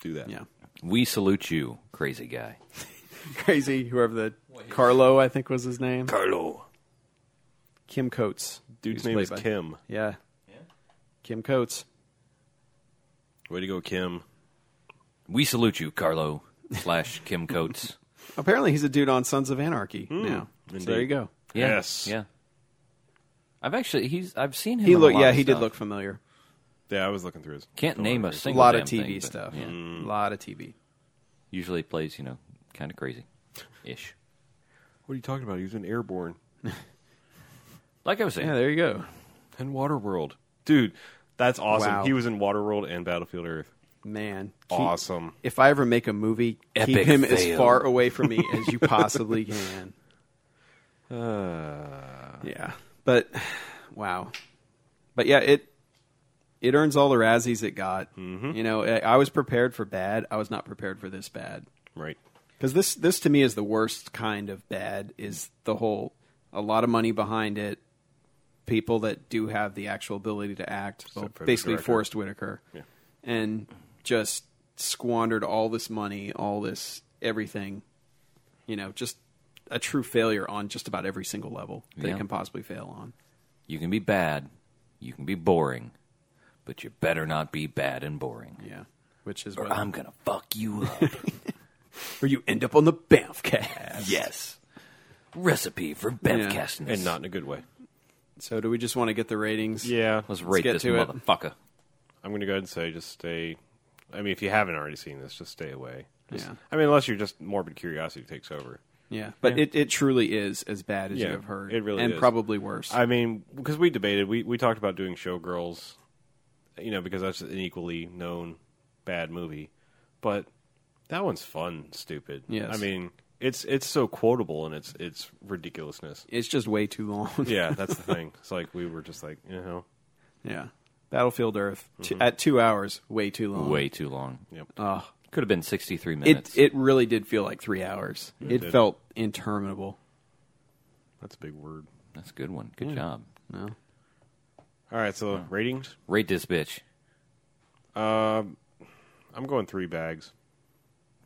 C: do that.
D: yeah.
E: we salute you, crazy guy.
D: Crazy, whoever the Carlo, I think was his name.
C: Carlo.
D: Kim Coates.
C: Dude's
D: Who's
C: name
D: played
C: is
D: by-
C: Kim.
D: Yeah. Kim Coates.
C: Way to go, Kim.
E: We salute you, Carlo slash Kim Coates.
D: Apparently he's a dude on Sons of Anarchy now. So there
C: Hmm. indeed.
D: you go.
E: Yeah,
C: Yes.
E: Yeah. I've actually he's I've seen him.
D: He
E: in a
D: looked
E: lot
D: yeah,
E: of
D: he did
E: stuff.
D: look familiar.
C: Yeah, I was looking through his.
E: Can't name a
D: A
E: single
D: lot of
E: damn
D: TV
E: thing, but,
D: stuff.
E: yeah.
C: Hmm.
D: A lot of TV.
E: Usually plays you know kind of crazy, ish.
C: What are you talking about? He was in Airborne.
E: Like I was saying,
D: Yeah, there you go.
C: And Waterworld. Dude, that's awesome.
D: Wow.
C: He was in Waterworld and Battlefield Earth.
D: Man. keep-
C: Awesome.
D: If I ever make a movie, keep
A: Epic
D: him as
A: fail.
D: far away from me as you possibly can.
A: Uh.
D: Yeah. But wow. But yeah, it it earns all the Razzies it got.
A: Mm-hmm.
D: You know, I I was prepared for bad. I was not prepared for this bad.
C: Right.
D: Because this this to me is the worst kind of bad. Is the whole a lot of money behind it, people that do have the actual ability to act, well,
C: for the
D: basically
C: director.
D: Forrest Whitaker,
C: Yeah.
D: and just squandered all this money, all this everything. You know, just a true failure on just about every single level they
E: Yeah.
D: can possibly fail on.
E: you can be bad, you can be boring, but you better not be bad and boring.
D: Yeah, which is
A: Or um,
D: what.
A: I'm gonna fuck you up.
D: Or you end up on the Banffcast.
A: yes. Recipe for Bevcastness.
C: And not in a good way.
D: So, do we just want to get the ratings?
C: Yeah.
E: Let's rate
D: get
E: this
D: to it.
E: motherfucker.
C: I'm going to go ahead and say just stay. I mean, if you haven't already seen this, just stay away. Just-
D: Yeah.
C: I mean, unless you're just morbid curiosity takes over.
D: Yeah, but It, it truly is as bad as
C: Yeah,
D: you have heard.
C: it really
D: and
C: is.
D: probably worse.
C: I mean, because we debated, we, we talked about doing Showgirls, you know, because that's an equally known bad movie, but that one's fun, stupid.
D: Yes.
C: I mean, it's it's so quotable and it's it's ridiculousness.
D: it's just way too long.
C: Yeah, that's the thing. It's like we were just like, you know,
D: Yeah. Battlefield Earth t-
C: Mm-hmm.
D: at two hours, way too long.
E: Way too long.
C: yep.
D: Uh,
E: Could have been 63 minutes.
D: It it really did feel like three hours. It,
C: did.
D: felt interminable.
C: that's a big word.
E: That's a good one. Good job.
D: No.
C: All right,
D: uh,
C: so ratings.
E: Rate this bitch.
C: I'm going three bags.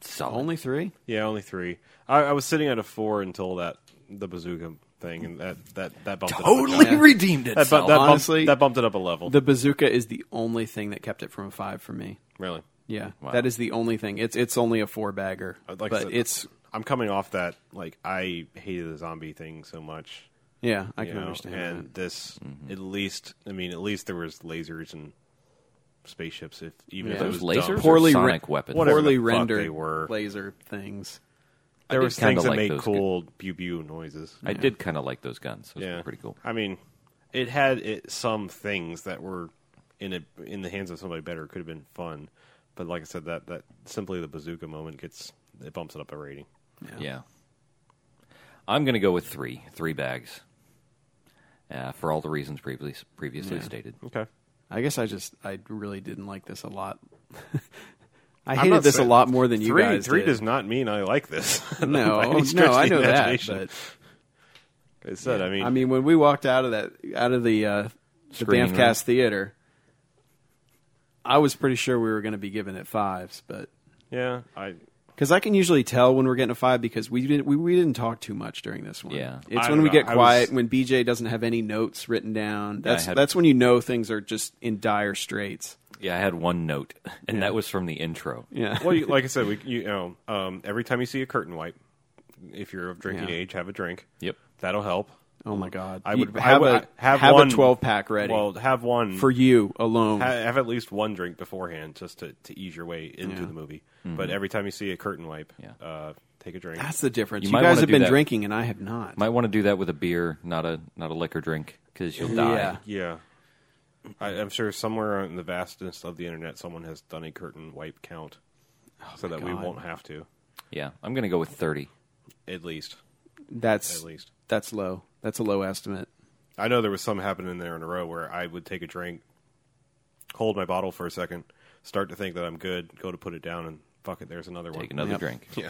E: Solid.
D: Only three?
C: Yeah, only three. I, I was sitting at a four until that the bazooka thing, and that that that bumped it up.
A: totally redeemed
C: That, bu-
A: itself.
C: that,
D: Honestly-
C: bumped, that bumped it up a level.
D: The bazooka is the only thing that kept it from a five for me.
C: really,
D: Yeah.
E: Wow.
D: That is the only thing. It's it's only a four bagger.
C: I'd Uh, like to
D: but
C: say-
D: it's
C: I'm coming off that like I hated the zombie thing so much.
D: yeah, I
C: you
D: can
C: know,
D: understand
C: And
D: that.
C: this,
E: Mm-hmm.
C: at least, I mean, at least there was lasers and spaceships. If even
D: Yeah.
C: if it
E: Those
C: was dumb.
E: lasers
C: Poor-
E: poorly
D: Poorly
E: or
D: re-
E: sonic weapons.
C: whatever
D: Poorly
C: the fuck
D: rendered
C: they were.
D: laser things.
C: there
E: did
C: was
E: kinda
C: things that
E: like
C: made
E: those
C: cool pew pew noises.
E: I did kind of like those guns. Those
C: yeah,
E: were pretty cool.
C: I mean, it had it, some things that were in a, in the hands of somebody better could have been fun, but like I said, that that simply the bazooka moment gets it bumps it up a rating.
E: Yeah. I'm going to go with three. Three bags. Uh, for all the reasons previous, previously
D: Yeah.
E: stated.
C: Okay,
D: I guess I just I really didn't like this a lot. I
C: I'm
D: hated
C: not
D: this
C: saying-
D: a lot more than you
C: three,
D: guys
C: Three
D: did.
C: does not mean I like this.
D: no,
C: by any stretch
D: no,
C: of
D: I
C: the
D: know that.
C: imagination.
D: But
C: Like I said, I mean,
D: I mean, when we walked out of that out of the uh, the
E: Screening
D: Banffcast
E: room.
D: Theater, I was pretty sure we were going to be given it fives, but
C: yeah, I.
D: because I can usually tell when we're getting a five because we didn't we, we didn't talk too much during this one.
E: Yeah.
D: it's
C: I
D: when
C: don't
D: we
C: know.
D: get
C: I
D: quiet
C: was-
D: when BJ doesn't have any notes written down. That's
E: had-
D: that's when you know things are just in dire straits.
E: Yeah, I had one note, and that was from the intro.
D: Yeah,
C: Well, you, like I said, we, you know, um, every time you see a curtain wipe, if you're of drinking
D: Yeah.
C: age, have a drink.
E: Yep.
C: That'll help.
D: oh my god,
C: I
D: You
C: would
D: have
C: I would-
D: a
C: have,
D: have
C: one
D: a twelve pack ready
C: Well, have one
D: for you alone.
C: ha- have at least one drink beforehand just to, to ease your way into
D: Yeah. Mm-hmm.
C: the movie. But every time you see a curtain wipe,
E: Yeah.
C: uh, take a drink.
D: That's the difference.
E: You
D: You,
E: might
D: guys
E: wanna
D: have
E: do
D: been
E: that.
D: drinking, and I have not.
E: Might want to do that with a beer, not a not a liquor drink, because you'll die.
D: yeah,
C: yeah. I, I'm sure somewhere in the vastness of the internet, someone has done a curtain wipe count, so that we
D: Oh God.
C: won't have to.
E: Yeah, I'm going to go with 30.
C: At least,
D: that's
C: at least.
D: that's low. That's a low estimate.
C: I know there was some happening there in a row where I would take a drink, hold my bottle for a second, start to think that I'm good, go to put it down, and fuck it, there's another one.
E: Take another
D: Yep.
E: drink.
C: Yeah.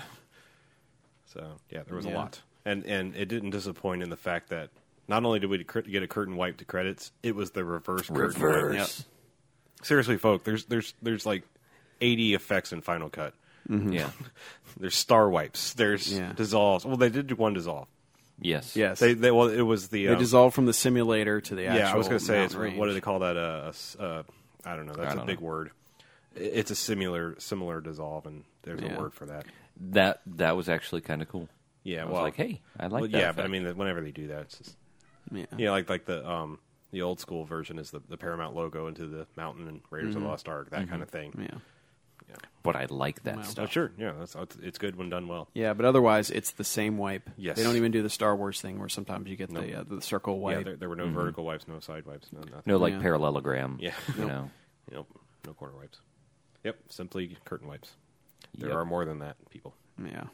C: So yeah, there was a
D: Yeah.
C: lot, and and it didn't disappoint in the fact that not only did we cr- get a curtain wipe to credits, it was the reverse, curtain wipe.
A: Reverse.
C: Seriously, folk, there's there's there's like 80 effects in Final Cut. Mm-hmm.
E: Yeah.
C: There's star wipes. There's
D: Yeah.
C: dissolves. Well, they did do one dissolve.
E: Yes.
D: Yes,
C: They,
D: they,
C: they well, it was the um,
D: dissolve from the simulator to the actual.
C: yeah, I was going to say, it's,
D: mountain
C: what do they
D: range.
C: call that? Uh, a s- uh, I don't know. That's a
E: don't
C: big
E: know.
C: word. I- It's a similar similar dissolve, and there's
D: Yeah.
C: a word for that.
E: That that was actually kind of cool.
C: Yeah,
E: I was
C: well,
E: like, hey, I
C: well,
E: like that.
C: yeah, but I
E: effect.
C: mean, that- whenever they do that, it's just,
D: Yeah.
C: yeah, like like the um the
E: Mm-hmm.
C: old school version is the, the Paramount logo into the mountain and Raiders of the Lost Ark, that kind of thing.
D: Yeah.
E: But I like that
C: Oh,
E: stuff.
C: sure. Yeah, that's that's- it's good when done well.
D: Yeah, but otherwise it's the same wipe.
C: Yes.
D: They don't even do the Star Wars thing where sometimes you get the uh, the circle wipe.
C: Yeah, there, there were no vertical wipes, no side wipes, no nothing.
E: Mm-hmm. No, like
D: Yeah.
E: parallelogram.
C: Yeah.
E: You know.
C: Nope, no corner wipes. Yep, simply curtain wipes. There
E: Yep.
C: are more than that, people.
D: yeah.
C: Yeah,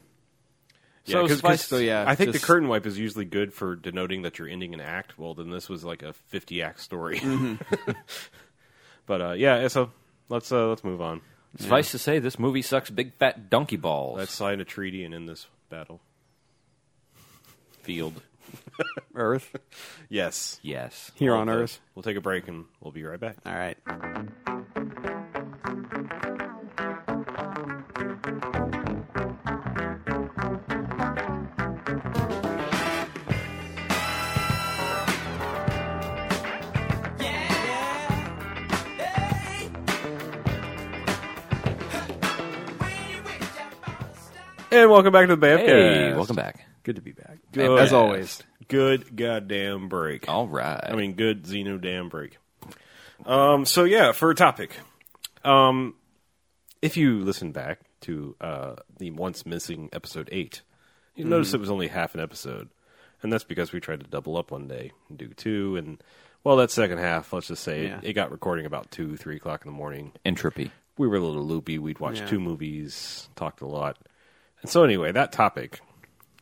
D: So
C: 'cause-
D: suffice-
C: 'cause
D: so yeah,
C: I think
D: just-
C: the curtain wipe is usually good for denoting that you're ending an act. Well, then this was like a 50 act story.
D: Mm-hmm.
C: but uh, yeah, so let's uh, let's move on.
E: Suffice to say, this movie sucks big fat donkey balls.
C: Let's sign a treaty and end this battle.
E: field.
D: Earth.
C: Yes,
E: Yes.
D: Here
C: All
D: on
C: of
D: Earth.
C: those. We'll take a break and we'll be right back.
D: All right.
C: And welcome back to the Bamcast.
E: Hey, welcome back.
D: Good to be back.
C: Good.
D: As always.
C: Good goddamn break.
E: All right.
C: I mean, good Xeno damn break. Um, so yeah, for a topic, um, if you listen back to uh, the once missing episode eight, you notice it was only half an episode, and that's because we tried to double up one day and do two, and well, that second half, let's just say
D: Yeah.
C: it, it got recording about two, three o'clock in the morning.
E: entropy.
C: We were a little loopy. We'd watched
D: Yeah.
C: two movies, talked a lot, and so anyway, that topic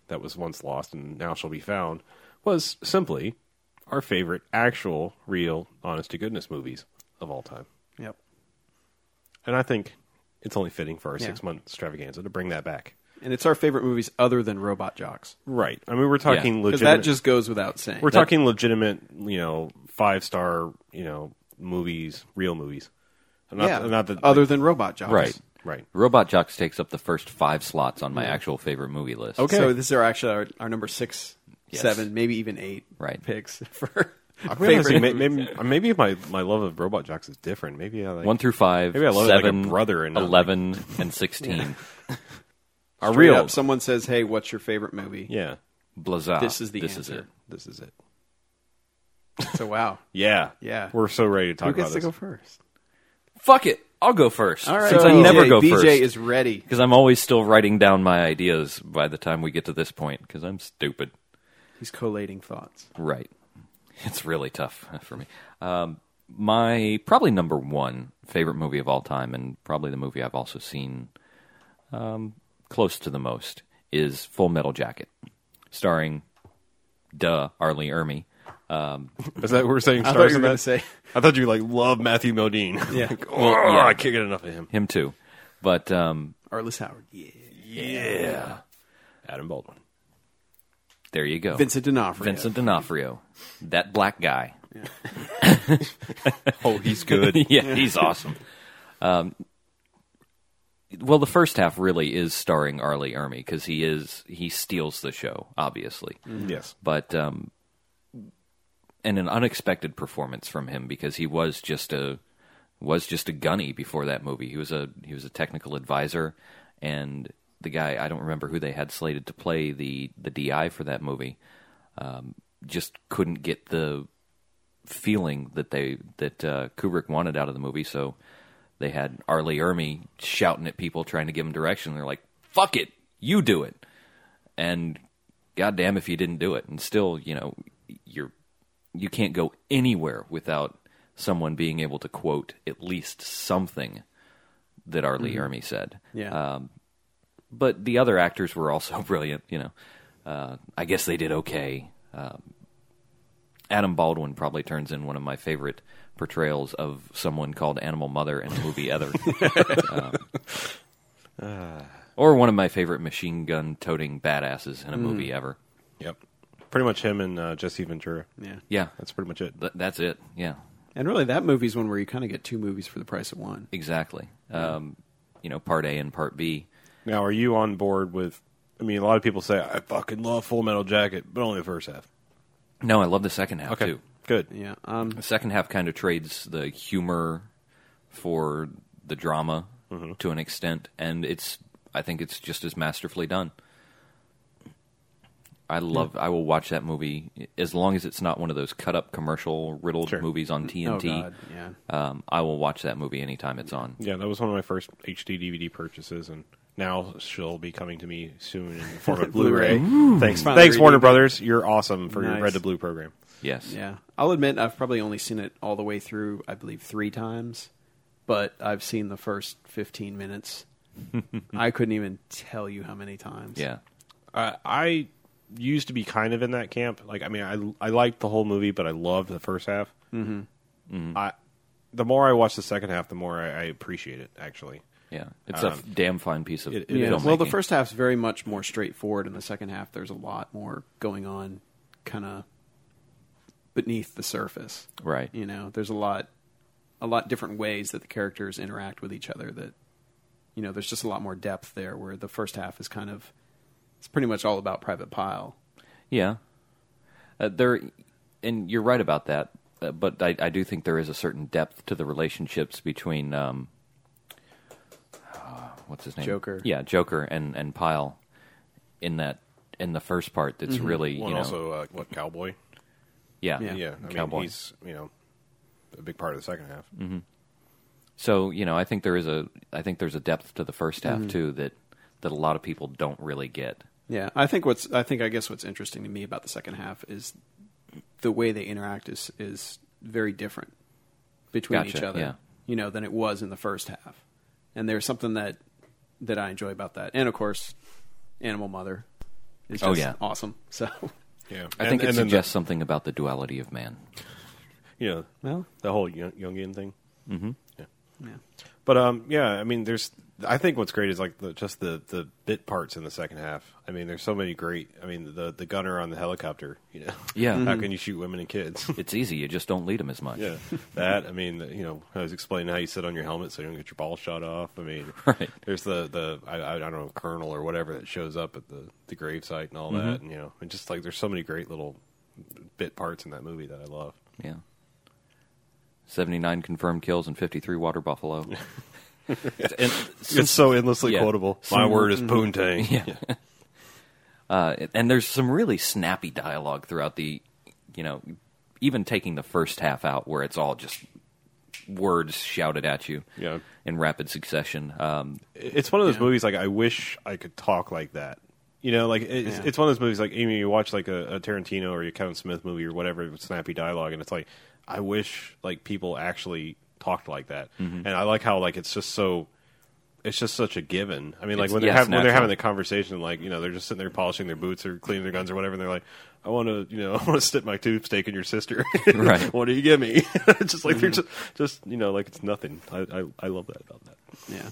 C: that was once lost and now shall be found was simply our favorite actual, real, honest to goodness movies of all time.
D: Yep.
C: And I think it's only fitting for our
D: Yeah.
C: six month extravaganza to bring that back.
D: And it's our favorite movies other than Robot Jocks.
C: Right. I mean, we're talking
D: Because
C: legitimate.
D: that just goes without saying.
C: we're talking legitimate, you know, five star, you know, movies, real movies. Not,
D: yeah.
C: not that
D: other than Robot Jocks.
E: Right.
C: right.
E: Robot Jocks takes up the first five slots on my actual favorite movie list.
D: Okay. So this is our actually our, our number six,
E: Yes.
D: seven, maybe even eight
E: Right.
D: picks for
C: I'm
D: favorite.
C: realizing may- maybe, uh, maybe my, my love of Robot Jocks is different. Maybe I like
E: One through five,
C: Maybe I love it like a
E: seven,
C: brother and not like-
E: eleven, and sixteen.
C: are
D: Straight
C: real.
D: up, someone says, "Hey, what's your favorite movie?"
C: yeah,
E: Blazah.
D: This is the
E: this is
D: answer.
E: it.
C: this is it.
D: So wow,
C: Yeah,
D: Yeah.
C: We're so ready to talk
D: who
C: about
D: gets to
C: this.
D: go first?
E: Fuck it. I'll go first.
D: All right,
E: Since I never go
D: BJ
E: first.
D: is ready.
E: because I'm always still writing down my ideas by the time we get to this point because I'm stupid.
D: He's collating thoughts.
E: Right. It's really tough for me. Um, my probably number one favorite movie of all time, and probably the movie I've also seen um, close to the most, is Full Metal Jacket, starring, duh, Arlie Ermy.
C: Is that what we're saying?
D: I thought
C: stars
D: you
C: in
D: were going to
C: that?
D: say
C: I thought you like love Matthew Modine.
D: Yeah.
C: Like, oh, I can't get enough of him.
E: Him too. But um,
D: Arliss Howard. Yeah.
C: Yeah, Adam Baldwin.
E: there you go.
D: Vincent D'Onofrio.
E: Vincent D'Onofrio. That black guy.
C: Oh, he's good.
E: yeah, he's awesome. Um, well, the first half really is starring Arlie Ermy because he is he steals the show, obviously.
C: yes,
E: But um, and an unexpected performance from him because he was just a was just a gunny before that movie. He was a he was a technical advisor, and the guy I don't remember who they had slated to play the the DI for that movie um, just couldn't get the feeling that they that uh, Kubrick wanted out of the movie. So they had Arlie Ermy shouting at people trying to give him direction. They're like, "Fuck it, you do it." And goddamn if you didn't do it. And still, you know, you're you can't go anywhere without someone being able to quote at least something that Arlie Ermy said
D: Yeah.
E: Um, but the other actors were also brilliant. You know, uh, I guess they did okay. Um, Adam Baldwin probably turns in one of my favorite portrayals of someone called Animal Mother in the movie Other, Um, or one of my favorite machine gun toting badasses in a movie ever.
C: yep. Pretty much him and uh, Jesse Ventura.
D: yeah.
E: Yeah,
C: That's pretty much it.
E: th- that's it. Yeah,
D: And really, that movie's one where you kind of get two movies for the price of one.
E: exactly. Um, you know, part A and part B.
C: Now, are you on board with? I mean, a lot of people say I fucking love Full Metal Jacket, but only the first half.
E: No, I love the second half too.
C: good.
D: Yeah. Um.
E: The second half kind of trades the humor for the drama to an extent, and it's I think it's just as masterfully done. I love. I will watch that movie as long as it's not one of those cut up commercial riddled
C: Sure.
E: movies on TNT.
D: oh, God, yeah.
E: Um, I will watch that movie anytime it's on.
C: Yeah, that was one of my first HD DVD purchases, and now she'll be coming to me soon in the form of Blu-ray. Thanks,
D: Finally
C: thanks
D: redeemed
C: Warner
D: it.
C: Brothers. You're awesome for your
D: Nice.
C: Red to Blue program.
E: Yes.
D: Yeah. I'll admit I've probably only seen it all the way through, I believe, three times, but I've seen the first 15 minutes. I couldn't even tell you how many times.
E: Yeah.
C: Uh, I used to be kind of in that camp. Like, I mean, I I liked the whole movie, but I loved the first half. Mm-hmm. I the more I watch the second half, the more I, I appreciate it. Actually,
E: Yeah. It's a f- damn fine piece of
C: It- it
D: Yeah.
E: filmmaking.
D: Well, the first half's very much more straightforward, and the second half, there's a lot more going on kind of beneath the surface.
E: Right.
D: You know, there's a lot, a lot different ways that the characters interact with each other that, you know, there's just a lot more depth there where the first half is kind of, it's pretty much all about Private Pile.
E: Yeah, uh, there, and you're right about that. Uh, but I, I do think there is a certain depth to the relationships between um, uh, what's his name,
D: Joker.
E: Yeah, Joker and and Pyle in that in the first part. That's really
C: well,
E: you
C: and
E: know,
C: also uh, what Cowboy?
E: yeah,
D: Yeah.
C: Yeah, I
E: Cowboy. Mm.
C: mean, he's you know a big part of the second half.
E: so you know, I think there is a I think there's a depth to the first half too that that a lot of people don't really get.
D: Yeah, I think what's I think I guess what's interesting to me about the second half is the way they interact is is very different between each
E: Gotcha,
D: other,
E: yeah.
D: you know, than it was in the first half. And there's something that that I enjoy about that, and of course, Animal Mother is just
E: Oh, yeah.
D: awesome. So
C: Yeah,
E: I
C: And-
E: think
C: and
E: it
C: then the-
E: suggests something about the duality of man.
C: you know
D: Well-
C: the whole Jung- Jungian thing.
D: yeah,
C: But um, yeah, I mean, there's. I think what's great is like the, just the the bit parts in the second half. I mean, there's so many great. I mean, the the gunner on the helicopter. You know,
E: Yeah.
C: How
E: Mhm.
C: can you shoot women and kids?
E: It's easy. You just don't lead them as much.
C: yeah, that. I mean, the, you know, I was explaining how you sit on your helmet so you don't get your ball shot off. I mean,
E: Right.
C: There's the the I, I don't know colonel or whatever that shows up at the the gravesite and all
E: Mm-hmm.
C: that, and you know, and just like there's so many great little bit parts in that movie that I love.
E: Yeah. 79 confirmed kills and 53 water buffalo. and
C: It's so endlessly
E: yeah. Mm-hmm.
C: quotable. My word is poontang.
E: yeah. Uh, and there's some really snappy dialogue throughout the, you know, even taking the first half out where it's all just words shouted at you
C: Yeah.
E: in rapid succession. Um,
C: it's one of those movies like I wish I could talk like that. You know, like it's,
D: Yeah.
C: it's one of those movies like Amy, you watch like a, a Tarantino or a Kevin Smith movie or whatever with snappy dialogue, and it's like I wish like people actually talked like that.
E: Mm-hmm.
C: And I like how like it's just so. It's just such a given. I mean, like
E: It's-
C: when they're
E: yeah, it's
C: having when they're having
E: natural.
C: the conversation, like you know, they're just sitting there polishing their boots or cleaning their guns or whatever, and they're like, "I want to, you know, I want to stick my tube steak in your sister.
E: Right. Mm-hmm.
C: what do you give me?" It's just like they're just, just you know, like it's nothing. I, I I love that about that.
D: yeah.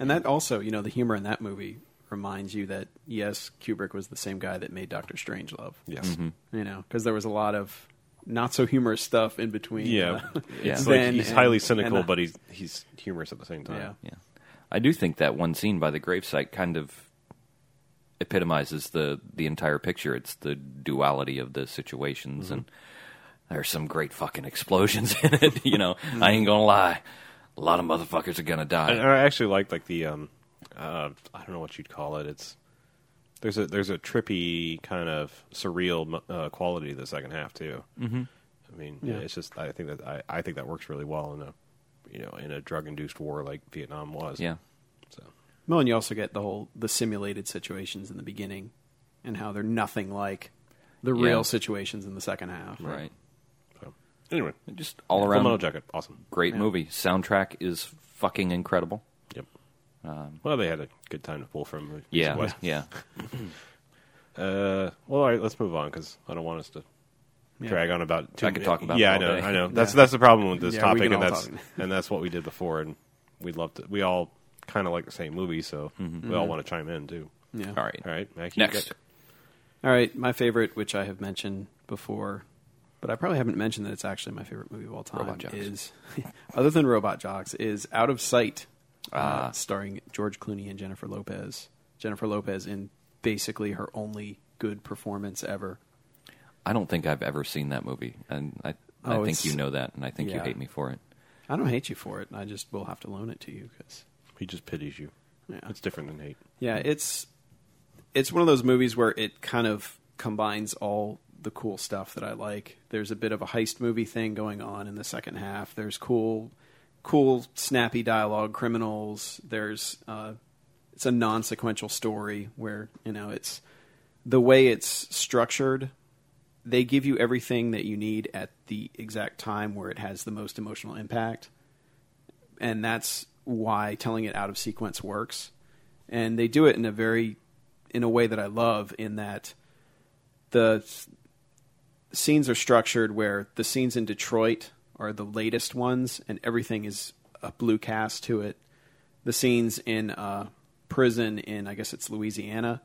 D: And that also, you know, the humor in that movie reminds you that yes, Kubrick was the same guy that made Doctor Strangelove.
C: Yes.
E: Mm-hmm.
D: you know, because there was a lot of not so humorous stuff in between.
C: Yeah,
D: uh,
C: it's
E: Yeah.
C: like
D: then
C: he's
D: and-
C: highly cynical,
D: and, uh,
C: but he's he's humorous at the same time.
D: yeah.
E: yeah. I do think that one scene by the gravesite kind of epitomizes the the entire picture. It's the duality of the situations, and there's some great fucking explosions in it. You know, I ain't gonna lie, a lot of motherfuckers are gonna
C: And
E: die.
C: I actually like like the um, uh, I don't know what you'd call it. It's there's a there's a trippy kind of surreal uh, quality to the second half too. Mm-hmm. I mean,
D: Yeah.
C: it's just I think that I, I think that works really well in a you know in a drug induced war like Vietnam was.
E: Yeah,
C: So
D: Well, and you also get the whole the simulated situations in the beginning, and how they're nothing like the
E: Yeah.
D: real situations in the second half.
E: right.
C: so anyway,
E: Just all
C: Full Metal
E: around
C: Jacket, awesome.
E: great
D: Yeah.
E: movie. Soundtrack is fucking incredible.
C: Yep. well, they had a good time to pull from. Mr.
E: Yeah,
C: West.
E: yeah.
C: Uh, well, all right, let's move on because I don't want us to
D: Yeah.
C: drag on about. Too
E: I could talk about
C: Yeah,
E: it
C: I
E: all
C: know.
E: day.
C: I know. That's that's the problem with this
D: Yeah, we
C: topic,
D: can
C: and
D: all
C: that's
D: talk.
C: and that's what we did before, and we love to. We all kind of like the same movie, so
D: Mm-hmm.
C: we all want to chime in too.
D: Yeah.
E: All right,
C: All right, Mac, you
E: Mm-hmm. Next,
C: got-
D: All right, my favorite, which I have mentioned before, but I probably haven't mentioned that it's actually my favorite movie of all time,
E: Robot Jocks.
D: is, other than Robot Jocks, is Out of Sight,
E: Ah.
D: uh, starring George Clooney and Jennifer Lopez. Jennifer Lopez in basically her only good performance ever.
E: I don't think I've ever seen that movie, and I I
D: Oh,
E: think
D: it's-
E: you know that, and I think you
D: yeah.
E: hate me for it.
D: I don't hate you for it. I just will have to loan it to you because
C: He just pities you.
D: Yeah.
C: It's different than hate.
D: yeah, it's it's one of those movies where it kind of combines all the cool stuff that I like. There's a bit of a heist movie thing going on in the second half. There's cool, cool, snappy dialogue, criminals. There's uh, it's a non-sequential story where you know it's the way it's structured. They give you everything that you need at the exact time where it has the most emotional impact and that's why telling it out of sequence works. And they do it in a very, in a way that I love, in that the s- scenes are structured where the scenes in Detroit are the latest ones, and everything is a blue cast to it. The scenes in uh, prison in, I guess it's Louisiana,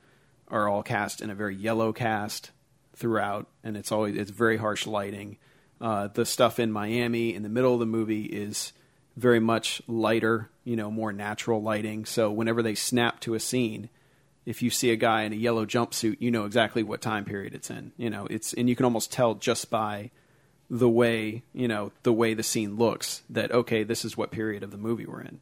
D: are all cast in a very yellow cast throughout, and it's always it's very harsh lighting. Uh, the stuff in Miami in the middle of the movie is very much lighter, you know, more natural lighting. So whenever they snap to a scene, if you see a guy in a yellow jumpsuit, you know exactly what time period it's in. You know, it's and you can almost tell just by the way, you know, the way the scene looks that okay, this is what period of the movie we're in.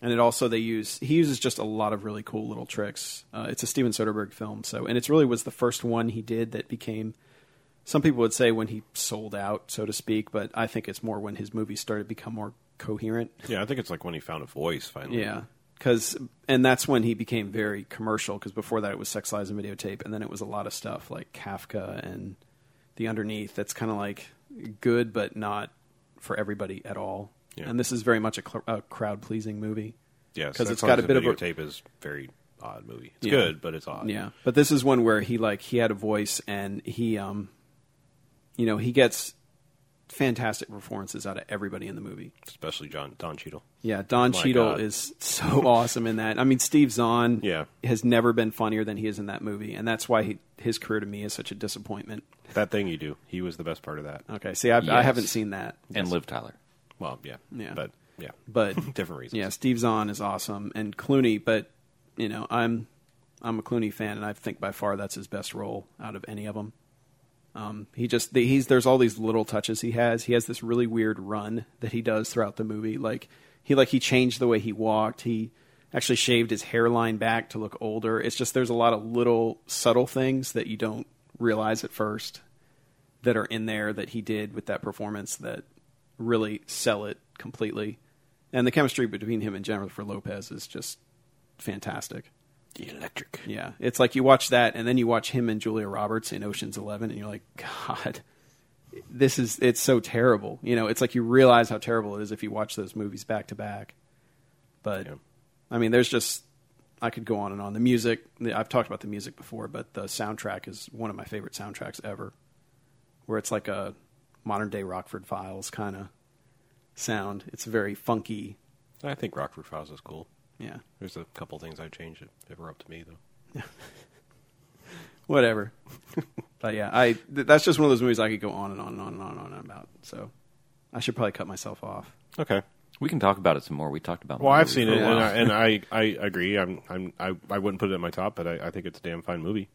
D: And it also they use he uses just a lot of really cool little tricks. Uh, it's a Steven Soderbergh film, so and it's really was the first one he did that became some people would say when he sold out, so to speak, but I think it's more when his movies started to become more coherent.
C: Yeah, I think it's like when he found a voice finally.
D: Yeah. Cause, and that's when he became very commercial. Because before that, it was Sex Lies and Videotape, and then it was a lot of stuff like Kafka and The Underneath. That's kind of like good, but not for everybody at all.
C: Yeah.
D: And this is very much a, cl- a crowd pleasing movie.
C: Yeah,
D: because it's got a bit of a
C: tape is very odd movie. It's
D: Yeah.
C: good, but it's odd.
D: Yeah, but this is one where he like he had a voice and he um, you know, he gets fantastic performances out of everybody in the movie.
C: especially John Don Cheadle.
D: Yeah, Don
C: Oh My
D: Cheadle
C: God.
D: is so awesome in that. I mean, Steve Zahn
C: Yeah.
D: has never been funnier than he is in that movie, and that's why he, his career to me is such a disappointment.
C: That thing you do, he was the best part of that.
D: Okay, see, I've, I
E: Yes.
D: haven't seen that,
E: and Liv Tyler.
C: Well, yeah,
D: Yeah.
C: but yeah,
D: but
C: different reasons.
D: yeah, Steve Zahn is awesome, and Clooney. But you know, I'm I'm a Clooney fan, and I think by far that's his best role out of any of them. Um, he just the, he's there's all these little touches he has. He has this really weird run that he does throughout the movie. Like he like he changed the way he walked. He actually shaved his hairline back to look older. It's just there's a lot of little subtle things that you don't realize at first that are in there that he did with that performance that really sell it completely. And the chemistry between him and Jennifer Lopez is just fantastic.
A: Electric.
D: Yeah, it's like you watch that, and then you watch him and Julia Roberts in Ocean's Eleven, and you're like, God, this is it's so terrible. You know, it's like you realize how terrible it is if you watch those movies back to back. But
C: Yeah.
D: I mean, there's just I could go on and on. The music the- I've talked about the music before, but the soundtrack is one of my favorite soundtracks ever, where it's like a modern day Rockford Files kind of sound. It's very funky.
C: I think Rockford Files is cool.
D: Yeah,
C: There's a couple things I'd change it if it were up to me, though.
D: whatever. but yeah, I th- that's just one of those movies I could go on and on and on and on and on about. So I should probably cut myself off.
C: Okay.
E: We can talk about it some more. We talked about.
C: Well, I've
E: Minority
C: seen
E: for
C: it,
E: a
C: and
E: while.
C: I, and I, I agree. I'm, I'm, I, I wouldn't put it in my top, but I, I think it's a damn fine movie.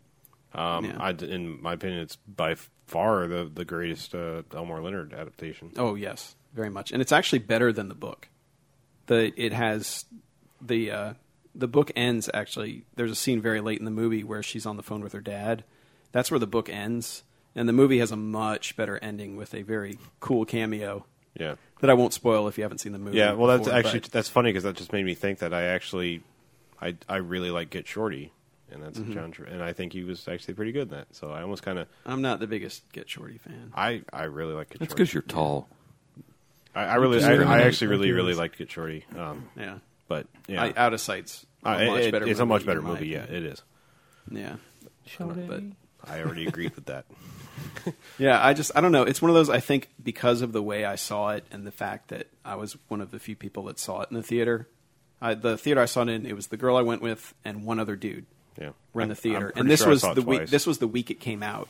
C: Um,
D: Yeah.
C: I, in my opinion, it's by far the the greatest uh, Elmore Leonard adaptation.
D: Oh yes, very much, and it's actually better than the book. The it has the uh, the book ends actually. There's a scene very late in the movie where she's on the phone with her dad. That's where the book ends, and the movie has a much better ending with a very cool cameo
C: Yeah.
D: that I won't spoil if you haven't seen the movie.
C: Yeah, well, that's
D: before,
C: actually
D: but-
C: that's funny because that just made me think that I actually, I I really like Get Shorty, and that's
D: Mm-hmm.
C: John, Tra- and I think he was actually pretty good in that. So I almost kind of
D: I'm not the biggest Get Shorty fan.
C: I I really like Get
E: That's
C: Shorty.
E: because you're tall.
C: I, I really I, I
E: discriminate.
C: actually really really liked Get Shorty. Um,
D: Yeah,
C: but yeah,
D: I, Out of Sight's a
C: I-
D: much
C: it-
D: better.
C: it's
D: movie
C: a much
D: in
C: better
D: my
C: movie. Yeah,
D: opinion.
C: it is.
D: Yeah. But
C: I already agreed with that.
D: yeah, I just I don't know. It's one of those I think because of the way I saw it and the fact that I was one of the few people that saw it in the theater. I, the theater I saw it in, it was the girl I went with and one other dude.
C: Yeah,
D: Were in the
C: I'm-
D: theater,
C: I'm pretty
D: and this
C: sure I
D: was
C: saw it
D: the week.
C: twice. Mm-hmm.
D: This was the week it came out,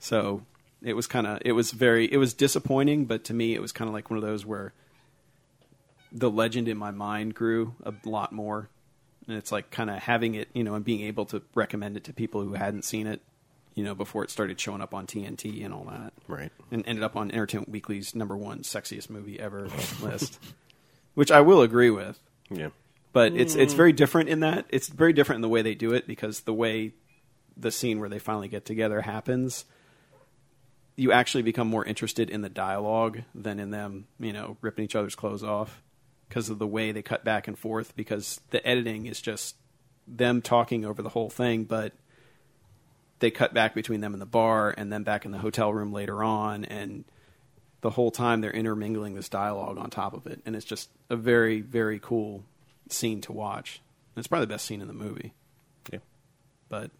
D: so it was kind of it was very it was disappointing, but to me it was kind of like one of those where the legend in my mind grew a lot more, and it's like kind of having it, you know, and being able to recommend it to people who hadn't seen it, you know, before it started showing up on TNT and all that,
C: Right.
D: And ended up on Entertainment Weekly's number one sexiest movie ever list, which I will agree with
C: Yeah,
D: but it's it's very different in that it's very different in the way they do it because the way the scene where they finally get together happens, you actually become more interested in the dialogue than in them, you know, ripping each other's clothes off because of the way they cut back and forth. Because the editing is just them talking over the whole thing, but they cut back between them in the bar and then back in the hotel room later on, and the whole time they're intermingling this dialogue on top of it, and it's just a very, very cool scene to watch. And it's probably the best scene in the movie
C: Yeah.
D: but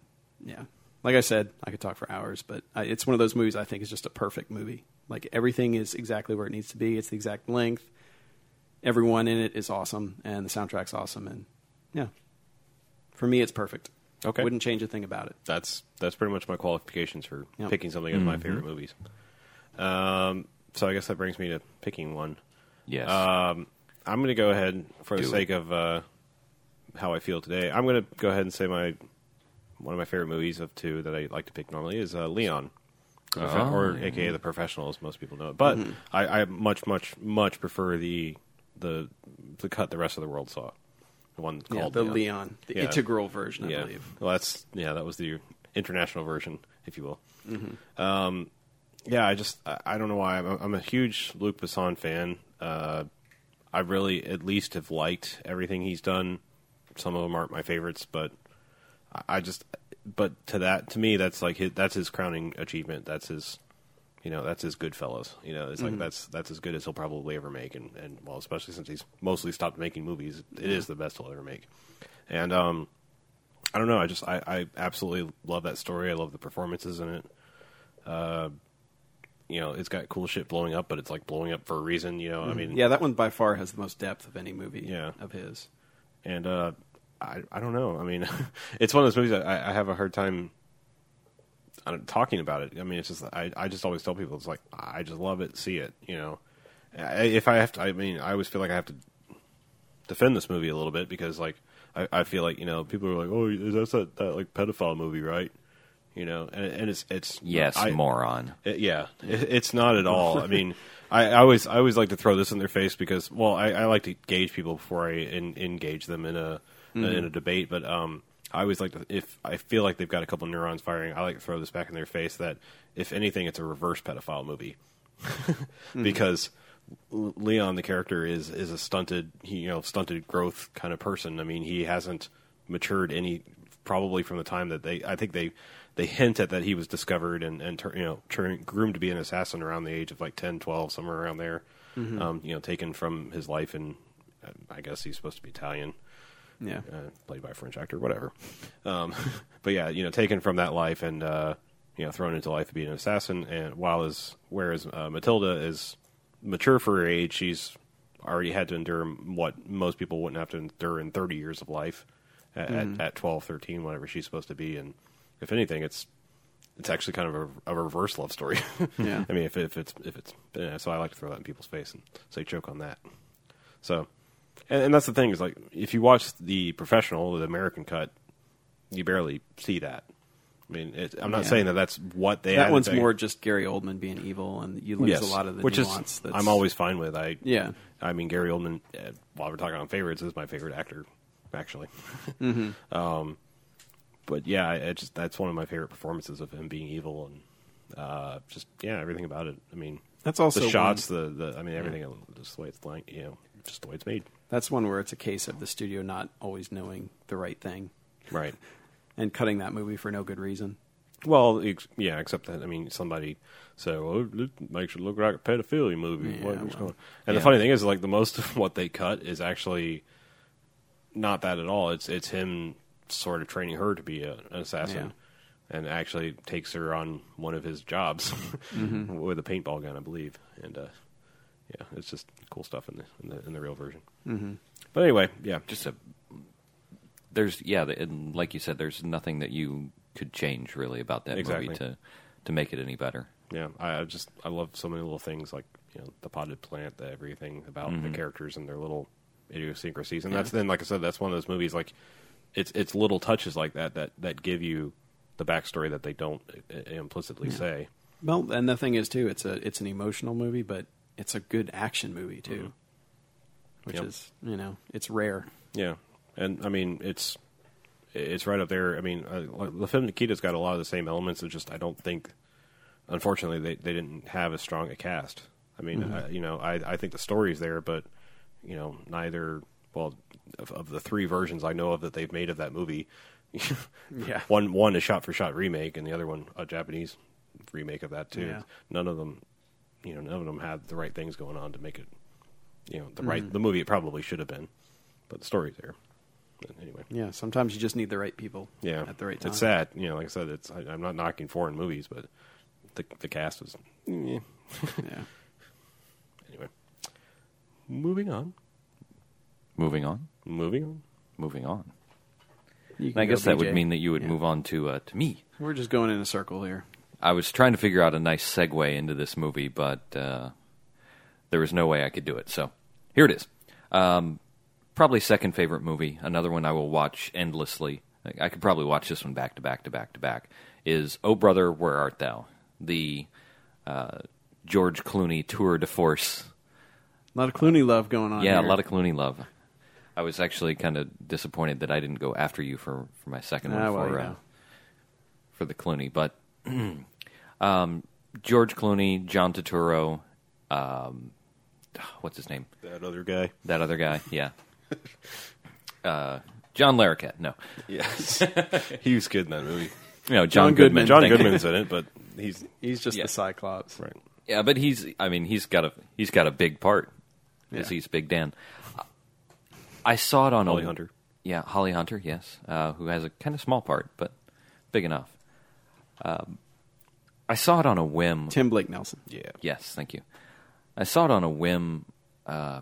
D: yeah like i said i could talk for hours but I, it's one of those movies i think is just a perfect movie like everything is exactly where it needs to be it's the exact length everyone in it is awesome and the soundtrack's awesome and yeah for me it's perfect
C: Okay.
D: wouldn't change a thing about it
C: That's that's pretty much my qualifications for
D: Yep.
C: picking something out of my favorite movies. Um, so I guess that brings me to picking one.
E: Yes.
C: Um, I'm going to go ahead for the
E: Do it.
C: sake of uh, how I feel today. I'm going to go ahead and say my one of my favorite movies of two that I like to pick normally is uh, Leon, The Profe-
E: Oh,
C: or
E: yeah.
C: AKA The Professional, as most people know it. But I, I much, much, much prefer the the the cut the rest of the world saw, the one
D: yeah,
C: called
D: the leon the
C: Yeah.
D: integral version i
C: yeah.
D: believe
C: Well, that's yeah, that was the international version, if you will. Um,
D: Mm-hmm.
C: yeah, I just I, I don't know why I'm, I'm a huge Luc Besson fan. Uh, I really at least have liked everything he's done. Some of them aren't my favorites, but I, I just but to that to me that's like his, that's his crowning achievement. That's his you know that's his Goodfellas. You know it's like that's that's as good as he'll probably ever make, and and well especially since he's mostly stopped making movies, it is the best he'll ever make. And um, I don't know. I just I, I absolutely love that story. I love the performances in it. Uh, you know, it's got cool shit blowing up, but it's like blowing up for a reason. You know, I mean,
D: yeah that one by far has the most depth of any movie
C: Yeah.
D: of his
C: And uh, I I don't know. I mean, it's one of those movies that I, I have a hard time I don't- talking about it. I mean, it's just I I just always tell people it's like I just love it, see it. You know, I, if I have to, I mean, I always feel like I have to defend this movie a little bit because like I, I feel like you know people are like oh that's that, that like pedophile movie right you know and, and it's it's
E: yes,
C: I,
E: moron.
C: it- yeah, it, it's not at all. I mean, I, I always I always like to throw this in their face because well, I, I like to gauge people before I in, engage them in a in a debate. But um, I always like to if I feel like they've got a couple neurons firing, I like to throw this back in their face that if anything, it's a reverse pedophile movie because. L- Leon, the character, is is a stunted, he, you know, stunted growth kind of person. I mean, he hasn't matured any, probably from the time that they. I think they they hint at that he was discovered and and tur- you know tur- groomed to be an assassin around the age of like 10, 12, somewhere around there. Um, you know, taken from his life, and uh, I guess he's supposed to be Italian
D: yeah
C: uh, played by a French actor, whatever. Um, but yeah, you know, taken from that life and uh, you know thrown into life of being an assassin. And while is whereas uh, Matilda is mature for her age, she's already had to endure what most people wouldn't have to endure in 30 years of life at, at, at 12, 13, whatever she's supposed to be. And if anything, it's it's actually kind of a, a reverse love story.
D: Yeah.
C: I mean, if, if it's if it's yeah, so, I like to throw that in people's face and say choke on that. So, and, and that's the thing is like if you watch the professional, the American cut, you barely see that. I mean, it, I'm not
D: Yeah.
C: saying that that's what they.
D: that
C: added.
D: one's
C: They-
D: more just gary oldman being evil and you lose
C: yes,
D: a lot of the
C: which
D: nuance
C: is
D: that's
C: I'm always fine with. I
D: Yeah.
C: I mean, Gary Oldman. Uh, while we're talking on favorites, is my favorite actor, actually.
D: Mm-hmm.
C: Um, but yeah, I, I just that's one of my favorite performances of him being evil and uh, just yeah, everything about it. I mean,
D: That's also
C: the
D: one-
C: shots, the, the I mean, everything just the way it's like you know, just the way it's made.
D: that's one where it's a case of the studio not always knowing the right thing
C: Right.
D: and cutting that movie for no good reason.
C: Well, ex- yeah, except that I mean, somebody said, "Well, it makes it look like a pedophilia movie."
D: Yeah,
C: What was
D: well,
C: going on? And the
E: yeah.
C: funny thing is, like, the most of what they cut is actually not that at all. It's it's him sort of training her to be a, an assassin, and actually takes her on one of his jobs with a paintball gun, I believe. And uh, yeah, it's just cool stuff in the in the, in the real version. Mm-hmm. But anyway, yeah,
E: Just a there's yeah, the- and like you said, there's nothing that you could change really about that
C: Exactly.
E: movie to to make it any better.
C: Yeah, I, I just I love so many little things like you know the potted plant, the everything about the characters and their little idiosyncrasies, and that's then like I said, that's one of those movies like it's it's little touches like that that that give you the backstory that they don't uh, implicitly say.
D: Well, and the thing is too, it's a it's an emotional movie, but it's a good action movie too, which
C: Mm-hmm. Yep.
D: is you know it's rare.
C: Yeah, and I mean it's it's right up there. I mean, uh, La Femme Nikita's got a lot of the same elements. It's just I don't think, unfortunately, they, they didn't have as strong a cast. I mean,
D: Mm-hmm.
C: I, you know, I I think the story's there, but you know, neither well of, of the three versions I know of that they've made of that movie.
D: Yeah.
C: one one is shot for shot remake, and the other one a Japanese remake of that too.
D: Yeah.
C: None of them, you know, none of them had the right things going on to make it, you know, the
D: Mm.
C: right the movie it probably should have been, but the story's there. But anyway,
D: Yeah, sometimes you just need the right people.
C: yeah,
D: at the right time.
C: It's sad, you know. Like I said, it's I, I'm not knocking foreign movies, but the the cast was eh.
D: Yeah.
C: anyway. Moving on,
E: Moving on,
C: moving on.
E: moving on.
D: You
E: And
D: can
E: I
D: go,
E: guess that
D: BJ.
E: would mean that you would
D: Yeah.
E: move on to uh, to me.
D: We're just going in a circle here.
E: I was trying to figure out a nice segue into this movie, but uh, there was no way I could do it. So here it is. Um, probably second favorite movie. Another one I will watch endlessly. I- I could probably watch this one back to back to back to back. Is Oh Brother, Where Art Thou? The uh, George Clooney tour de force
D: A lot of Clooney love going on.
E: yeah,
D: here.
E: a lot of Clooney love. I was actually kind of disappointed that I didn't go after you for, for my second one
D: Ah, well,
E: for,
D: you
E: uh,
D: know.
E: for the Clooney, but um, George Clooney, John Turturro, um, what's his name?
C: That other guy,
E: That other guy, yeah. uh, John Larroquette, no,
C: yes, he was good in that movie.
E: no, John,
D: John Goodman.
E: Goodman.
C: John
E: thank you.
C: Goodman's in it, but he's
D: He's just
E: Yeah.
D: the Cyclops.
C: right.
E: Yeah, but he's I mean he's got a he's got a big part because
D: Yeah.
E: he's Big Dan. I saw it on
C: Holly
E: a,
C: Hunter.
E: Yeah, Holly Hunter. Yes, uh, who has a kind of small part but big enough. Um, I saw it on a whim.
D: Tim Blake Nelson.
C: Yeah,
E: Yes, thank you. I saw it on a whim uh,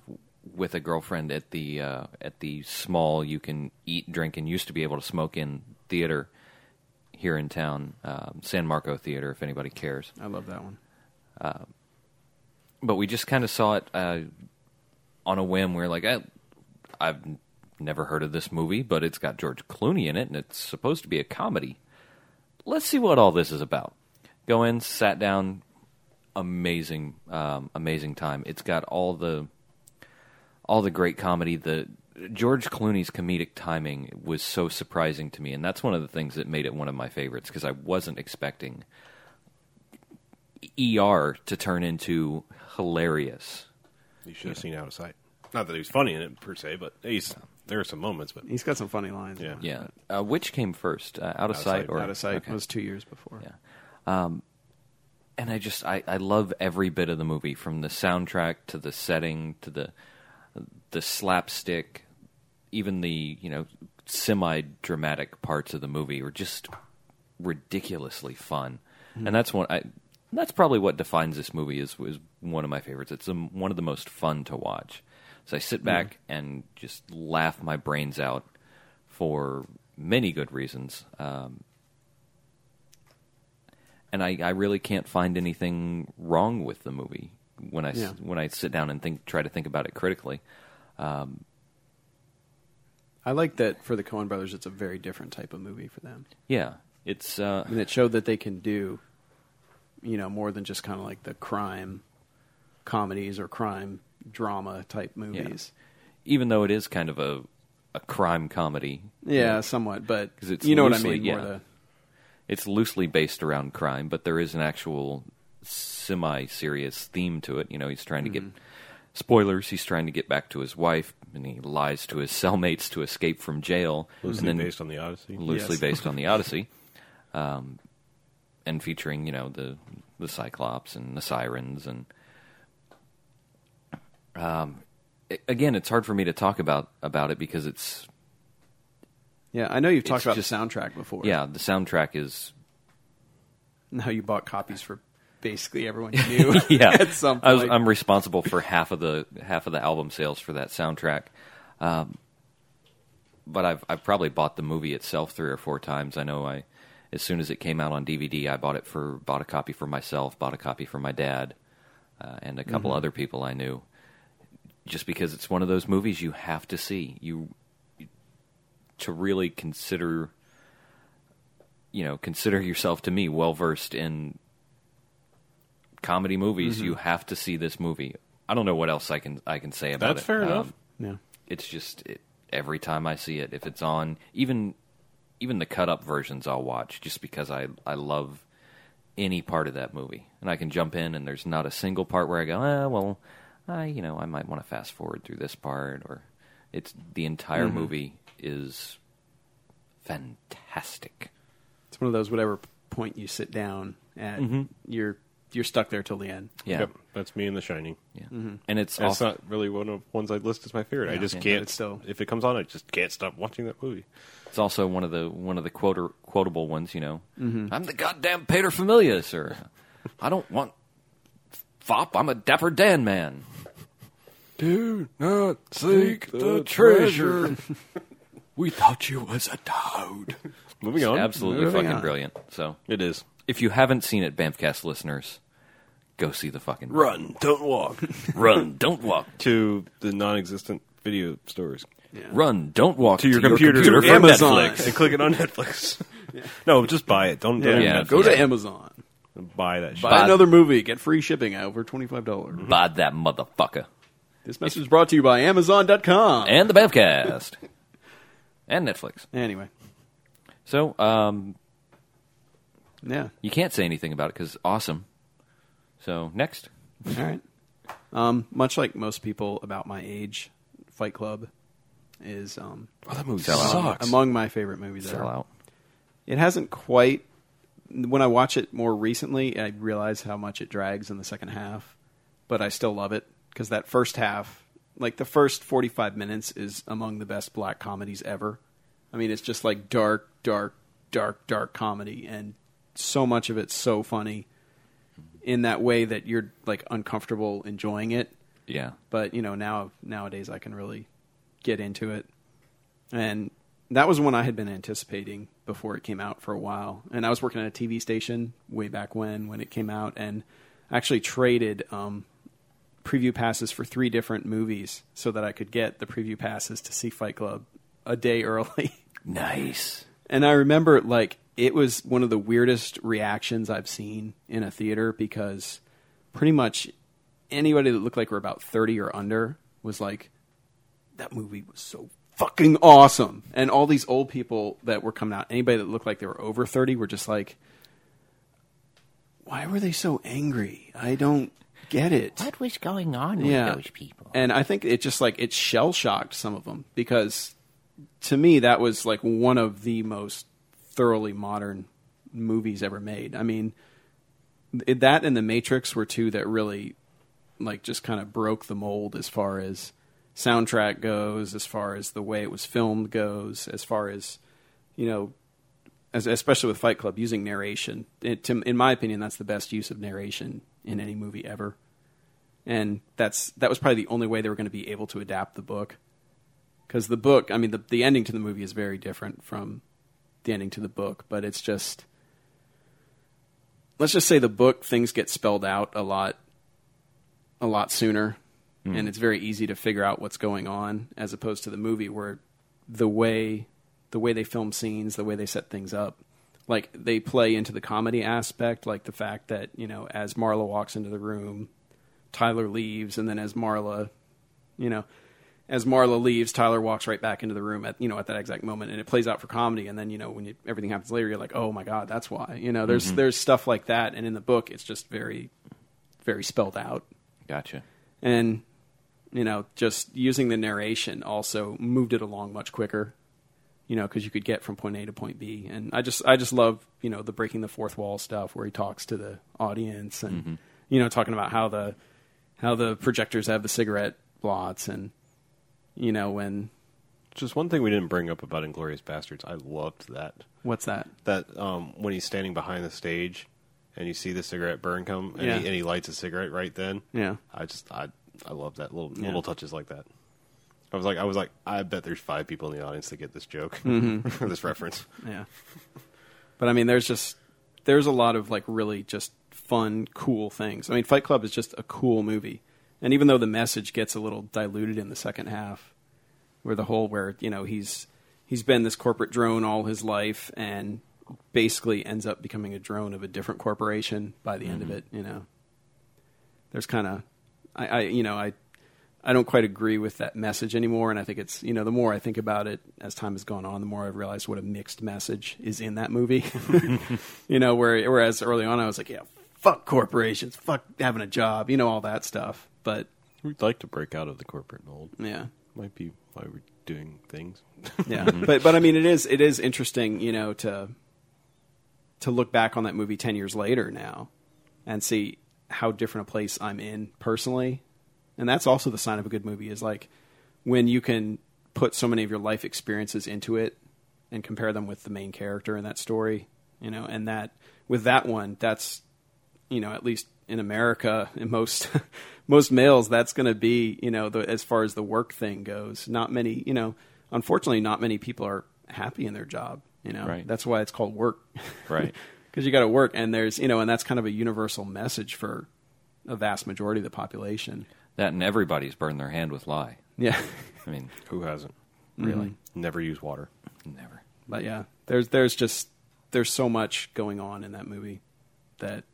E: with a girlfriend at the uh, at the small you can eat, drink, and used to be able to smoke in theater here in town, um, San Marco Theater, if anybody cares
D: I love that one.
E: but we just kind of saw it uh, on a whim. We were like, I, I've never heard of this movie, but it's got George Clooney in it, and it's supposed to be a comedy. Let's see what all this is about. Go in, sat down, amazing, um, amazing time. It's got all the all the great comedy. The George Clooney's comedic timing was so surprising to me, and that's one of the things that made it one of my favorites because I wasn't expecting. ER to turn into hilarious.
C: you should have seen Out of Sight. Not that he was funny in it per se, but he's there are some moments. But
D: He's got some funny lines.
C: Yeah.
E: Yeah. Uh, which came first, uh, out, of
C: Sight.
E: sight, or
D: Out of sight
E: Okay.
D: was two years before.
E: Yeah. and I just I, I love every bit of the movie from the soundtrack to the setting to the the slapstick, even the you know semi dramatic parts of the movie were just ridiculously fun, and that's one I that's probably what defines this movie is is one of my favorites. It's um one of the most fun to watch. So I sit back and just laugh my brains out for many good reasons. Um, and I, I really can't find anything wrong with the movie when I s-
D: Yeah.
E: when I sit down and think try to think about it critically.
D: I like that for the Coen brothers, it's a very different type of movie for them.
E: Yeah, it's uh,
D: And it showed that they can do, you know, more than just kind of like the crime comedies or crime drama type movies.
E: even though it is kind of a a crime comedy,
D: Yeah, somewhat, but
E: 'Cause it's
D: you know what I
E: loosely-
D: mean.
E: yeah.
D: More the,
E: it's loosely based around crime, but there is an actual semi serious theme to it. You know, he's trying to
C: Mm-hmm.
E: get spoilers. He's trying to get back to his wife, and he lies to his cellmates to escape from jail.
C: loosely
E: and then
C: based on the Odyssey.
E: loosely
D: Yes.
E: based on the Odyssey, um, and featuring you know the the Cyclops and the sirens and um, i- again, it's hard for me to talk about about it because it's
D: yeah, I know you've talked
E: It's
D: about
E: just-
D: the soundtrack before.
E: yeah the soundtrack is
D: and how you bought copies for basically everyone you knew.
E: yeah
D: at some
E: I was,
D: point.
E: I'm responsible for half of the half of the album sales for that soundtrack. Um, but I've I've probably bought the movie itself three or four times. I know I as soon as it came out on DVD, I bought it for bought a copy for myself, bought a copy for my dad, uh, and a couple other people I knew. Just because it's one of those movies you have to see you to really consider you know consider yourself to me well versed in comedy movies you have to see this movie i don't know what else i can i can say about
C: That's
E: it Um,
C: fair enough.
D: yeah.
E: it's just it, every time I see it, if it's on, even even the cut up versions I'll watch just because I I love any part of that movie and I can jump in and there's not a single part where I go ah well I you know I might want to fast forward through this part or it's the entire movie is fantastic.
D: It's one of those whatever point you sit down at, you're you're stuck there till the end.
E: Mm-hmm. Yeah.
C: Yep, uh, that's me in The Shining.
E: Yeah. And it's
C: That's
E: also
C: not really one of ones I list as my favorite. I just
E: yeah,
C: can't.
D: it's still-
C: If it comes on, I just can't stop watching that movie.
E: It's also one of the one of the quoter, quotable ones, you know.
C: Mm-hmm.
E: I'm the goddamn Pater Familias, or I don't want fop. I'm a Dapper Dan man.
C: Do not seek
E: the treasure. We thought you was a toad.
C: Moving on.
E: Absolutely
C: Moving
E: fucking
C: on.
E: brilliant. So,
C: It is.
E: if you haven't seen it, Bamfcast listeners, go see the fucking
C: Run, don't walk.
E: run. Don't walk.
C: to the non-existent video stores.
E: Run. Don't walk
C: To your computer,
E: computer,
C: or
E: from
C: Amazon,
E: Netflix.
C: and click it on Netflix. No, just buy it. Don't, don't
E: Yeah.
C: even
D: Go to
E: Yeah.
D: Amazon.
C: buy that shit.
D: Buy
E: Buy- Mm-hmm.
D: another movie. Get free shipping at over twenty five dollars.
E: Bod that motherfucker
D: This message is brought to you by Amazon.com.
E: and the Bamfcast and Netflix.
D: Anyway,
E: So, um,
D: yeah.
E: you can't say anything about it because awesome. So next,
D: All right. Um, much like most people about my age, Fight Club is um,
C: Oh, that movie
E: Sell out.
C: sucks.
D: among my favorite movies. ever.
E: sell out.
D: It hasn't quite. When I watch it more recently, I realize how much it drags in the second half, but I still love it because that first half, like the first 45 minutes, is among the best black comedies ever. I mean, it's just like dark, dark, dark, dark comedy, and so much of it's so funny in that way that you're like uncomfortable enjoying it
E: Yeah,
D: but you know now nowadays I can really get into it. And that was one I had been anticipating before it came out for a while. And I was working at a TV station way back when when it came out, and I actually traded um, preview passes for three different movies so that I could get the preview passes to see Fight Club a day early.
E: nice.
D: And I remember like it was one of the weirdest reactions I've seen in a theater because pretty much anybody that looked like we're about 30 or under was like that movie was so fucking awesome. And all these old people that were coming out, anybody that looked like they were over 30 were just like why were they so angry? I don't get it
F: What was going on
D: yeah.
F: with those people?
D: And I think it just like it shell shocked some of them because to me that was like one of the most thoroughly modern movies ever made. I mean, th- that and The Matrix were two that really like just kind of broke the mold as far as soundtrack goes, as far as the way it was filmed goes, as far as you know, as, especially with Fight Club using narration. It, to, in my opinion, that's the best use of narration in any movie ever and that's that was probably the only way they were going to be able to adapt the book because the book i mean the, the ending to the movie is very different from the ending to the book but it's just let's just say the book things get spelled out a lot a lot sooner and it's very easy to figure out what's going on as opposed to the movie where the way the way they film scenes the way they set things up like they play into the comedy aspect like the fact that you know as marla walks into the room tyler leaves and then as marla you know as marla leaves tyler walks right back into the room at you know at that exact moment and it plays out for comedy and then you know when you, everything happens later you're like oh my god that's why you know there's there's stuff like that and in the book it's just very very spelled out
E: Gotcha.
D: and you know just using the narration also moved it along much quicker you know because you could get from point a to point b and i just i just love you know the breaking the fourth wall stuff where he talks to the audience and you know talking about how the how the projectors have the cigarette blots and you know when
C: Just one thing we didn't bring up about Inglorious Bastards. I loved that.
D: what's that
C: That um, when he's standing behind the stage and you see the cigarette burn come, and,
D: Yeah.
C: he, and he lights a cigarette right then.
D: Yeah.
C: I just I I love that little
D: Yeah.
C: little touches like that. I was like I was like I bet there's five people in the audience that get this joke,
D: Mm-hmm.
C: this reference.
D: Yeah. But I mean, there's just there's a lot of like really just fun, cool things. I mean, Fight Club is just a cool movie, and even though the message gets a little diluted in the second half, where the whole where you know he's he's been this corporate drone all his life and basically ends up becoming a drone of a different corporation by the end of it. You know, there's kind of I, I you know I I don't quite agree with that message anymore. And I think it's you know the more I think about it as time has gone on, the more I've realized what a mixed message is in that movie. you know, where whereas early on I was like, yeah, fuck corporations, fuck having a job, you know, all that stuff. But
C: We'd like to break out of the corporate mold.
D: yeah,
C: Might be why we're doing things.
D: yeah. but but I mean, it is it is interesting, you know, to to look back on that movie ten years later now and see how different a place I'm in personally, and that's also the sign of a good movie is like when you can put so many of your life experiences into it and compare them with the main character in that story, you know, and that with that one, that's you know, at least in America, in most most males, that's going to be you know, the, as far as the work thing goes, not many, you know, unfortunately, not many people are happy in their job. You know,
E: Right.
D: that's why it's called work,
E: Right.
D: Because you got to work, and there's you know, and that's kind of a universal message for a vast majority of the population.
E: That and everybody's burned their hand with lie.
D: Yeah,
E: I mean,
C: Who hasn't?
E: really,
C: Mm-hmm. Never use water.
E: never.
D: but yeah, there's there's just there's so much going on in that movie that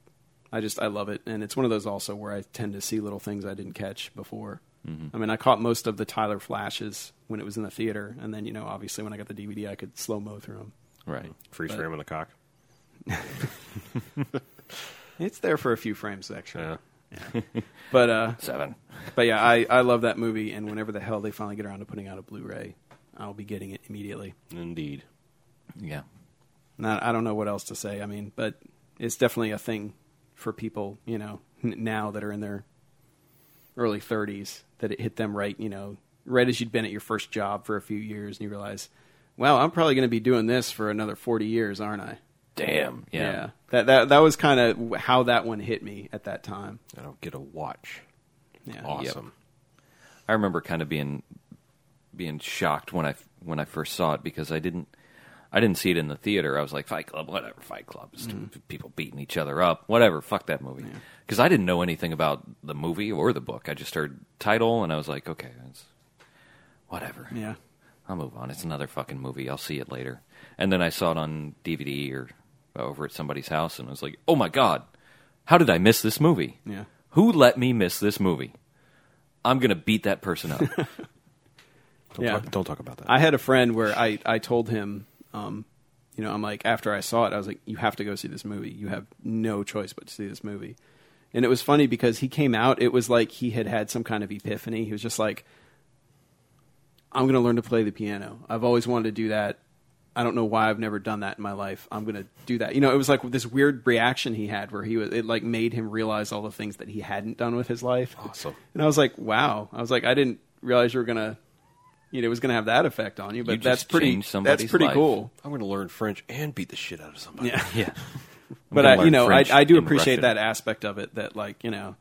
D: I just I love it, and it's one of those also where I tend to see little things I didn't catch before. I mean, I caught most of the Tyler flashes when it was in the theater, and then you know, obviously when I got the DVD, I could slow mo through them.
E: Right.
C: Freeze
D: But-
C: frame on the cock.
D: It's there for a few frames extra,
C: Yeah.
D: but uh,
E: Seven.
D: but yeah, I I love that movie, and whenever the hell they finally get around to putting out a Blu-ray, I'll be getting it immediately.
C: Indeed.
E: Yeah.
D: Not, I don't know what else to say. I mean, but it's definitely a thing for people, you know, n- now that are in their early 30s that it hit them right, you know, right as you'd been at your first job for a few years and you realize, wow, I'm probably going to be doing this for another 40 years, aren't I?
E: Damn. Yeah.
D: That that that was kind of how that one hit me at that time.
C: I don't get a watch.
D: Yeah.
C: Awesome.
E: I remember kind of being being shocked when I when I first saw it because I didn't I didn't see it in the theater. I was like Fight Club, whatever. Fight Club, It's people beating each other up, whatever. Fuck that movie because I didn't know anything about the movie or the book. I just heard title and I was like, okay, it's whatever.
D: Yeah.
E: I'll move on. It's another fucking movie. I'll see it later. And then I saw it on DVD or over at somebody's house, and I was like, oh my God, how did I miss this movie?
D: Yeah.
E: Who let me miss this movie? I'm going to beat that person up.
C: Don't,
D: Yeah.
C: talk, don't talk about that.
D: I had a friend where I, I told him, um, you know, I'm like, after I saw it, I was like, you have to go see this movie. You have no choice but to see this movie. And it was funny because he came out, it was like he had had some kind of epiphany. He was just like, I'm going to learn to play the piano. I've always wanted to do that. I don't know why I've never done that in my life. I'm going to do that. You know, it was like this weird reaction he had where he was, it like made him realize all the things that he hadn't done with his life.
C: Awesome.
D: And I was like, wow. I was like, I didn't realize you were going to, you know, it was going to have that effect on you, but
E: You just
D: that's pretty,
E: changed
D: that's
E: somebody's
D: pretty
E: life.
D: cool.
C: I'm going to learn French and beat the shit out of somebody.
D: Yeah.
E: yeah.
D: But
E: gonna
D: I, you
E: learn
D: know, I,
E: French
D: I do
E: and
D: appreciate that
E: Russian.
D: aspect of it that like, you know,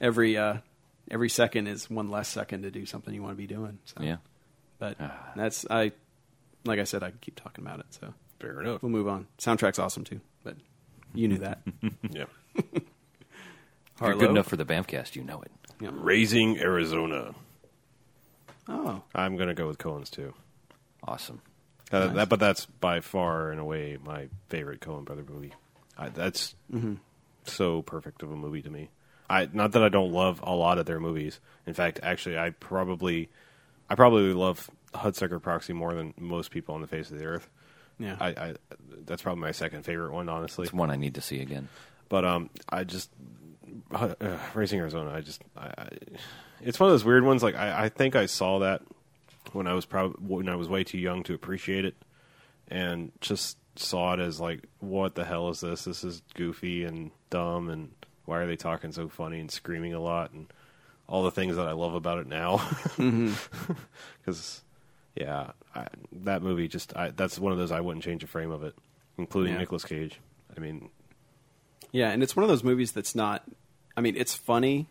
D: every, uh, every second is one less second to do something you want to be doing. So,
E: Yeah. Ah.
D: but that's, I, like I said, I could keep talking about it. So
C: Fair enough.
D: we'll move on. Soundtrack's awesome too, but you knew that.
C: Yeah.
E: If you're
D: Harlow.
E: good enough for the Bamcast, you know it.
C: Raising Arizona.
D: Oh,
C: I'm going to go with Cohen's too.
E: Awesome.
C: Uh, that, but that's by far and away my favorite Coen Brother movie. I, that's so perfect of a movie to me. I not that I don't love a lot of their movies. In fact, actually, I probably, I probably love Hudsucker Proxy more than most people on the face of the earth.
D: yeah.
C: I, I that's probably my second favorite one, honestly.
E: It's one I need to see again.
C: But um, I just uh, uh, Racing Arizona. I just I, I, it's one of those weird ones. Like I, I think I saw that when I was prob- when I was way too young to appreciate it, and just saw it as like, what the hell is this? This is goofy and dumb, and why are they talking so funny and screaming a lot and all the things that I love about it now? Because yeah, I, that movie just I, that's one of those I wouldn't change a frame of it, including
D: Yeah.
C: Nicolas Cage. I mean,
D: Yeah, and it's one of those movies that's not. I mean, it's funny,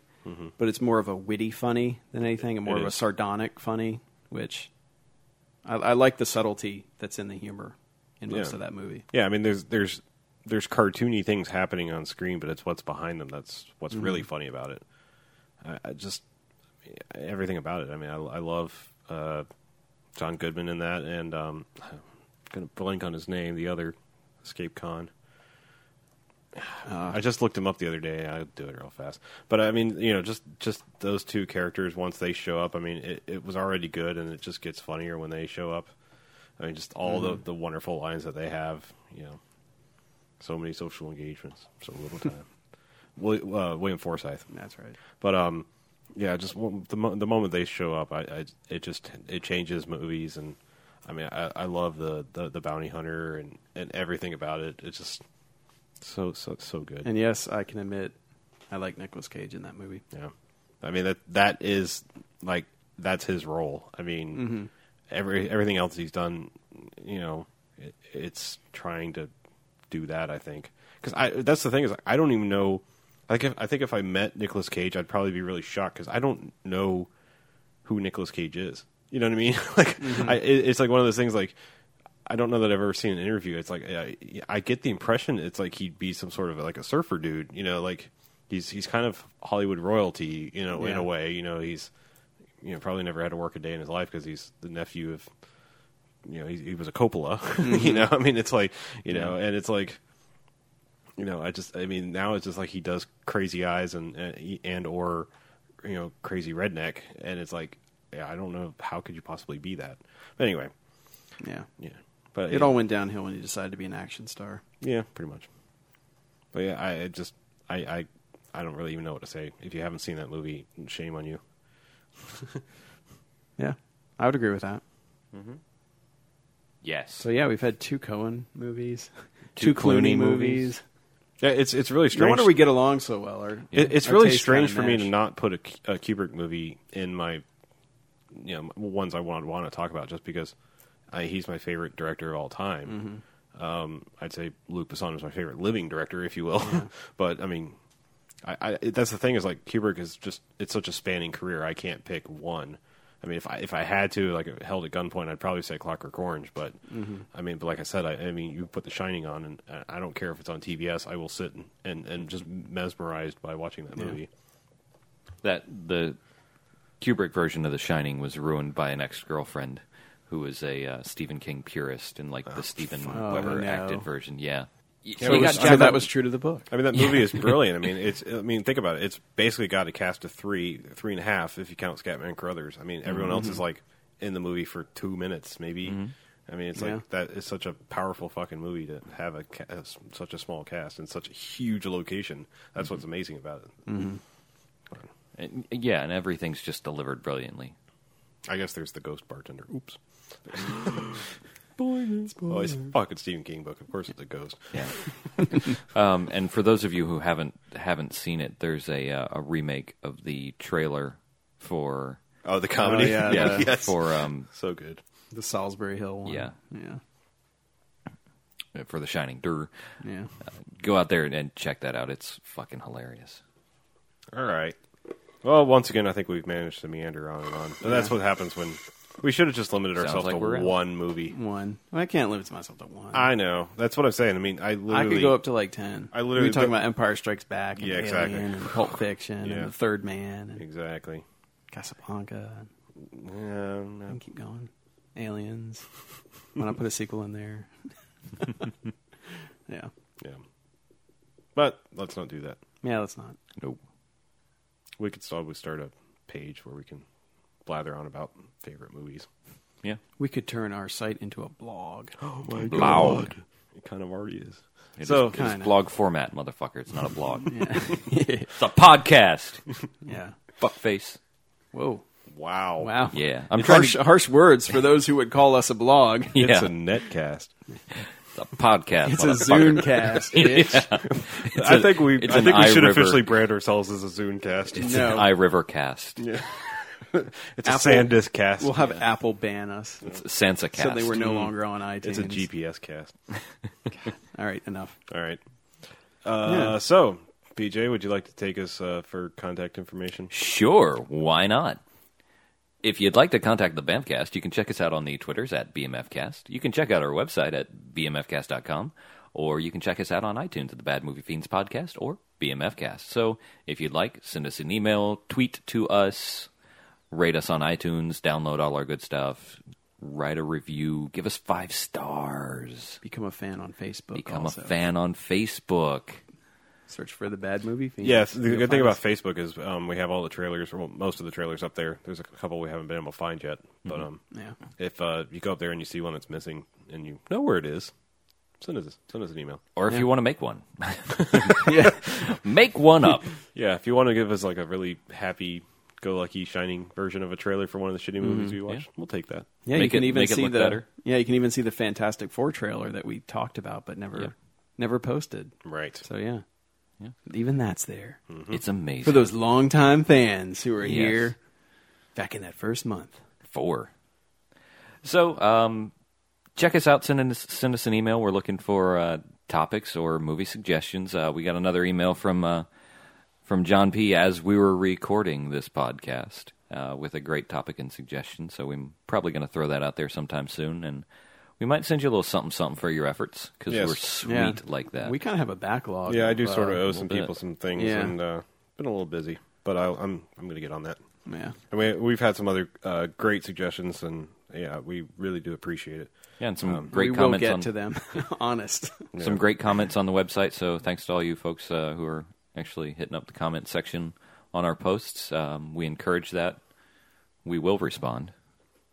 D: but it's more of a witty funny than anything, and more
C: Mm-hmm. It
D: of a
C: is.
D: sardonic funny, which I, I like the subtlety that's in the humor in most
C: Yeah.
D: of that movie.
C: Yeah, I mean, there's there's there's cartoony things happening on screen, but it's what's behind them that's what's really funny about it. I, I just everything about it. I mean, I, I love uh, John Goodman in that, and um, I'm gonna blank on his name. The other Escape Con. I just looked him up the other day. I'll do it real fast. But I mean, you know, just just those two characters once they show up. I mean, it, it was already good, and it just gets funnier when they show up. I mean, just all the the wonderful lines that they have. You know, so many social engagements, so little time. William, uh, William Forsythe.
D: That's right.
C: But um, yeah, just one- the mo- the moment they show up, I, I it just it changes movies, and I mean, I, I love the, the the bounty hunter and and everything about it. It's just so so so good.
D: And yes, I can admit, I like Nicolas Cage in that movie.
C: yeah, I mean that that is like that's his role. I mean, every everything else he's done, you know, it, it's trying to do that. I think because I that's the thing is like, I don't even know. Like if, I think if I met Nicolas Cage, I'd probably be really shocked because I don't know who Nicolas Cage is. You know what I mean? like, I, it, it's like one of those things. Like, I don't know that I've ever seen an interview. It's like I, I get the impression it's like he'd be some sort of like a surfer dude. You know, like he's he's kind of Hollywood royalty. You know, in
D: Yeah.
C: a way. You know, he's you know probably never had to work a day in his life because he's the nephew of you know he, he was a Coppola. you know, I mean, it's like you know, and it's like you know, I just, I mean, now it's just like he does crazy eyes and and, and or you know crazy redneck, and it's like, yeah, I don't know how could you possibly be that. But anyway,
D: Yeah.
C: yeah, but
D: It all went downhill when he decided to be an action star.
C: yeah, pretty much. But yeah, I I just, I, I, I don't really even know what to say. If you haven't seen that movie, shame on you.
D: Yeah, I would agree with that.
E: Yes.
D: So yeah, we've had two Cohen movies,
E: Two Clooney
C: Yeah, it's it's really
D: No
C: strange.
D: wonder we get along so well. Or
C: It, it's
D: our
C: really
D: tastes
C: strange
D: kinda
C: for me to
D: match.
C: not put a, K- a Kubrick movie in my, you know, ones I want want to talk about just because I, he's my favorite director of all
D: Mm-hmm.
C: time. Um, I'd say Luc Besson is my favorite living director, if you will. but I mean, I, I it- that's the thing is like Kubrick is just it's such a spanning career. I can't pick one. I mean, if I if I had to like held at gunpoint, I'd probably say Clockwork Orange. But I mean, but like I said, I, I mean, you put The Shining on, and I- I don't care if it's on TBS. I will sit and and, and just mesmerized by watching that movie.
E: that the Kubrick version of The Shining was ruined by an ex-girlfriend who was a uh, Stephen King purist and like the Stephen
D: Oh,
E: Weber
D: no.
E: acted version. Yeah, Y-
C: Yeah,
E: he
C: it was-
E: got
D: So
E: jacked
D: that
E: up-
D: was true to the book.
C: I mean, that movie is brilliant. I mean, it's I mean, think about it. It's basically got a cast of three, three and a half if you count Scatman and Carruthers. I mean, everyone else is like in the movie for two minutes, maybe. I mean, it's
D: Yeah.
C: like that is such a powerful fucking movie to have a ca- s- such a small cast and such a huge location. That's what's amazing about it.
E: and- yeah, and everything's just delivered brilliantly.
C: I guess there's the ghost bartender. Oops. Oh, it's a fucking Stephen King book. Of course, it's a ghost.
E: Yeah. um, and for those of you who haven't haven't seen it, there's a uh, a remake of the trailer for
C: Oh, the comedy.
D: yeah,
E: yeah
C: yes.
E: for um
C: so good.
D: The Salisbury Hill one.
E: Yeah.
D: yeah,
E: for The Shining. Durr.
D: yeah.
E: Go out there and, and check that out. It's fucking hilarious.
C: All right. Well, once again, I think we've managed to meander on and on. And That's what happens when we should have just limited
E: Sounds
C: ourselves
E: like we're
C: to
E: out.
C: one movie.
D: One. I can't limit myself to one.
C: I know. That's what I'm saying. I mean, I literally
D: I could go up to like ten.
C: I literally-
D: we were talking about Empire Strikes Back, and
C: Yeah, exactly.
D: Alien and Pulp Fiction,
C: Yeah.
D: and The Third Man, and
C: exactly.
D: Casablanca, and
C: Um,
D: I
C: no.
D: can keep going. Aliens. Why not put a sequel in there? yeah,
C: yeah, but let's not do that.
D: yeah. Let's not.
E: Nope.
C: We could still always start a page where we can blather on about favorite movies.
E: Yeah.
D: We could turn our site into a blog.
E: Blog.
C: It kind of already is.
E: It is
C: Oh so
E: it's
D: Kinda.
E: blog format, motherfucker. It's not a blog.
D: yeah.
E: It's a podcast.
D: yeah.
E: Fuckface.
D: Whoa.
C: wow,
D: Wow.
E: Yeah, I'm trying
D: harsh,
E: to.
D: harsh words for those who would call us a blog.
E: Yeah,
C: it's a netcast.
E: it's a podcast.
D: It's a
E: motherfucker.
D: Zoomcast, bitch.
E: It's
C: I
E: a-
C: think we.
E: it's
C: I
E: an
C: think we should
E: iRiver-
C: officially brand ourselves as a Zooncast. It's,
E: It's
D: No.
E: an iRiver cast.
C: it's a
D: Apple-
C: Sandisk cast.
D: We'll have Apple ban us.
E: It's a Sansa cast.
D: Said they were no longer on iTunes.
C: it's a GPS cast.
D: All right, enough.
C: All right. Uh,
D: Yeah.
C: So, PJ, would you like to take us uh, for contact information?
E: Sure, why not? If you'd like to contact the BAMFcast, you can check us out on the Twitters at BMFcast. You can check out our website at BMFcast.com, or you can check us out on iTunes at the Bad Movie Fiends Podcast or BMFcast. So if you'd like, send us an email, tweet to us, rate us on iTunes, download all our good stuff, write a review, give us five stars,
D: Become a fan on Facebook.
E: become
D: also.
E: a fan on Facebook.
D: Search for the bad movie. Fiend.
C: Yes, the
D: You'll
C: good
D: find
C: thing about
D: us.
C: Facebook is um, we have all the trailers, or well, most of the trailers up there. There's a couple we haven't been able to find yet, but um,
D: Mm-hmm. Yeah.
C: if uh, you go up there and you see one that's missing and you know where it is, send us send us an email.
E: Or if
D: Yeah.
E: you want to make one,
D: yeah.
E: make one up.
C: Yeah, if you want to give us like a really happy, go lucky, shining version of a trailer for one of the shitty movies we watched, we'll take that.
D: Mm-hmm. Yeah, you
E: Make
D: can
E: it-
D: even
E: make it
D: see
E: look
D: the
E: better.
D: yeah you can even see the Fantastic Four trailer that we talked about but never
E: Yeah.
D: never posted.
C: Right.
D: So yeah,
E: Yeah.
D: even that's there
E: It's amazing.
D: Mm-hmm. for those longtime fans who are
E: Yes.
D: here back in that first month.
E: four. So, um, check us out. Send us, send us an email. We're looking for uh, topics or movie suggestions. Uh, we got another email from uh, from John P. as we were recording this podcast uh, with a great topic and suggestion. So we're probably going to throw that out there sometime soon, and we might send you a little something something for your efforts because
C: Yes.
E: we're sweet
D: Yeah.
E: like that.
D: We kind of have a backlog.
C: Yeah, I do
D: of,
C: sort of owe
D: uh,
E: little
C: some
E: bit.
C: people some things,
D: Yeah.
C: and uh, been a little busy, but I, I'm I'm going to get on that.
D: Yeah,
C: I mean, we've had some other uh, great suggestions, and yeah, we really do appreciate it.
E: yeah, and some
D: um, we
E: great
D: will
E: comments
D: get
E: on
D: to them. Honest.
E: some great comments on the website. So thanks to all you folks uh, who are actually hitting up the comment section on our posts. Um, we encourage that. We will respond.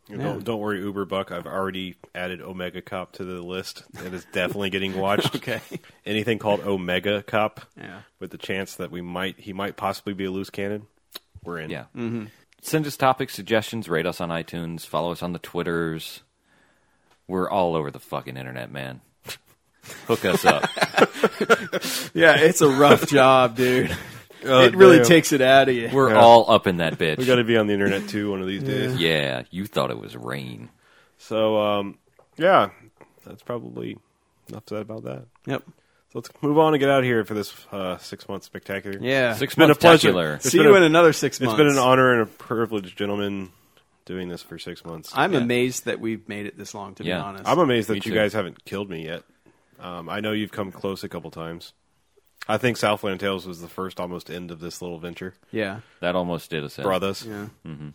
C: You know, Don't, don't worry, Uber Buck. I've already added Omega Cop to the list. It is definitely getting watched.
D: Okay.
C: Anything called Omega Cop,
D: Yeah.
C: with the chance that we might he might possibly be a loose cannon, we're in.
E: Yeah. Mm-hmm. Send us topics, suggestions, rate us on iTunes, follow us on the Twitters. We're all over the fucking internet, man. Hook us up.
D: yeah, it's a rough job, dude.
C: Oh,
D: it really
C: damn.
D: takes it out of you.
E: We're
C: Yeah.
E: all up in that bitch.
C: We got to be on the internet too one of these days.
E: yeah, you thought it was rain.
C: So, um, yeah, that's probably enough said about that.
D: yep.
C: So let's move on and get out of here for this uh, six month spectacular.
D: Yeah.
E: Six
C: been a
E: months
C: pleasure.
E: tacular.
C: It's
D: See
C: been
D: you
C: a-
D: in another six
C: It's
D: months.
C: been an honor and a privilege, gentlemen, doing this for six months.
D: I'm
E: Yeah.
D: amazed that we've made it this long. To be
E: Yeah.
D: honest,
C: I'm amazed that
E: Me
C: you
E: too.
C: guys haven't killed me yet. Um, I know you've come close a couple times. I think Southland Tales was the first almost end of this little venture.
D: yeah,
E: That almost did us in.
C: Brothers.
D: yeah.
C: Mm-hmm.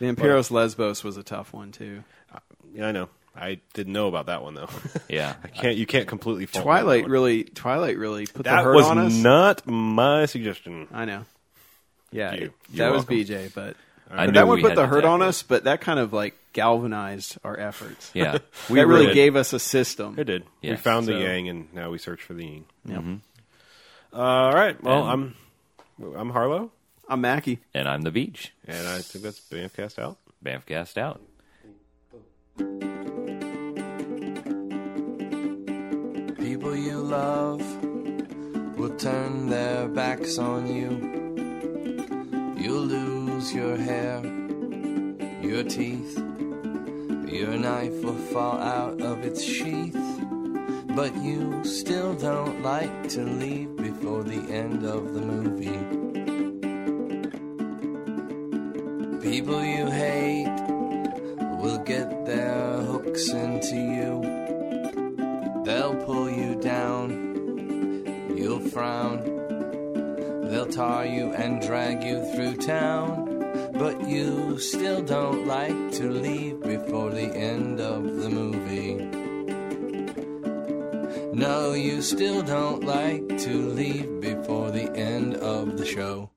D: The Imperos Lesbos was a tough one too.
C: Oh, Yeah, I know. I didn't know about that one though.
E: Yeah.
C: I can't. You can't completely. fault
D: Twilight
C: that one.
D: really, Twilight really put the
C: That
D: hurt
C: was
D: on us.
C: not my suggestion.
D: I know. Yeah,
C: Thank you.
D: it-
C: You're
D: that was
C: welcome.
D: BJ, but but
E: I knew
D: that one
E: we
D: put
E: had
D: the
E: to
D: hurt on
E: tackle it.
D: us. But that kind of like galvanized our efforts.
E: Yeah.
D: that really
C: really-
D: gave us a system.
C: It did. we
E: Yes,
C: found
D: so- Mm-hmm.
C: the yang, and now we search for the yin.
D: Yeah.
C: all right. Well,
E: And-
C: I'm I'm Harlow,
D: I'm Mackie.
E: And I'm the beach.
C: and I think that's Bamcast out.
E: Bamfcast out.
F: People you love will turn their backs on you. You'll lose your hair, your teeth, your knife will fall out of its sheath. But you still don't like to leave before the end of the movie. People you hate will get their hooks into you. They'll pull you down. You'll frown. They'll tar you and drag you through town. But you still don't like to leave before the end of the movie. No, you still don't like to leave before the end of the show.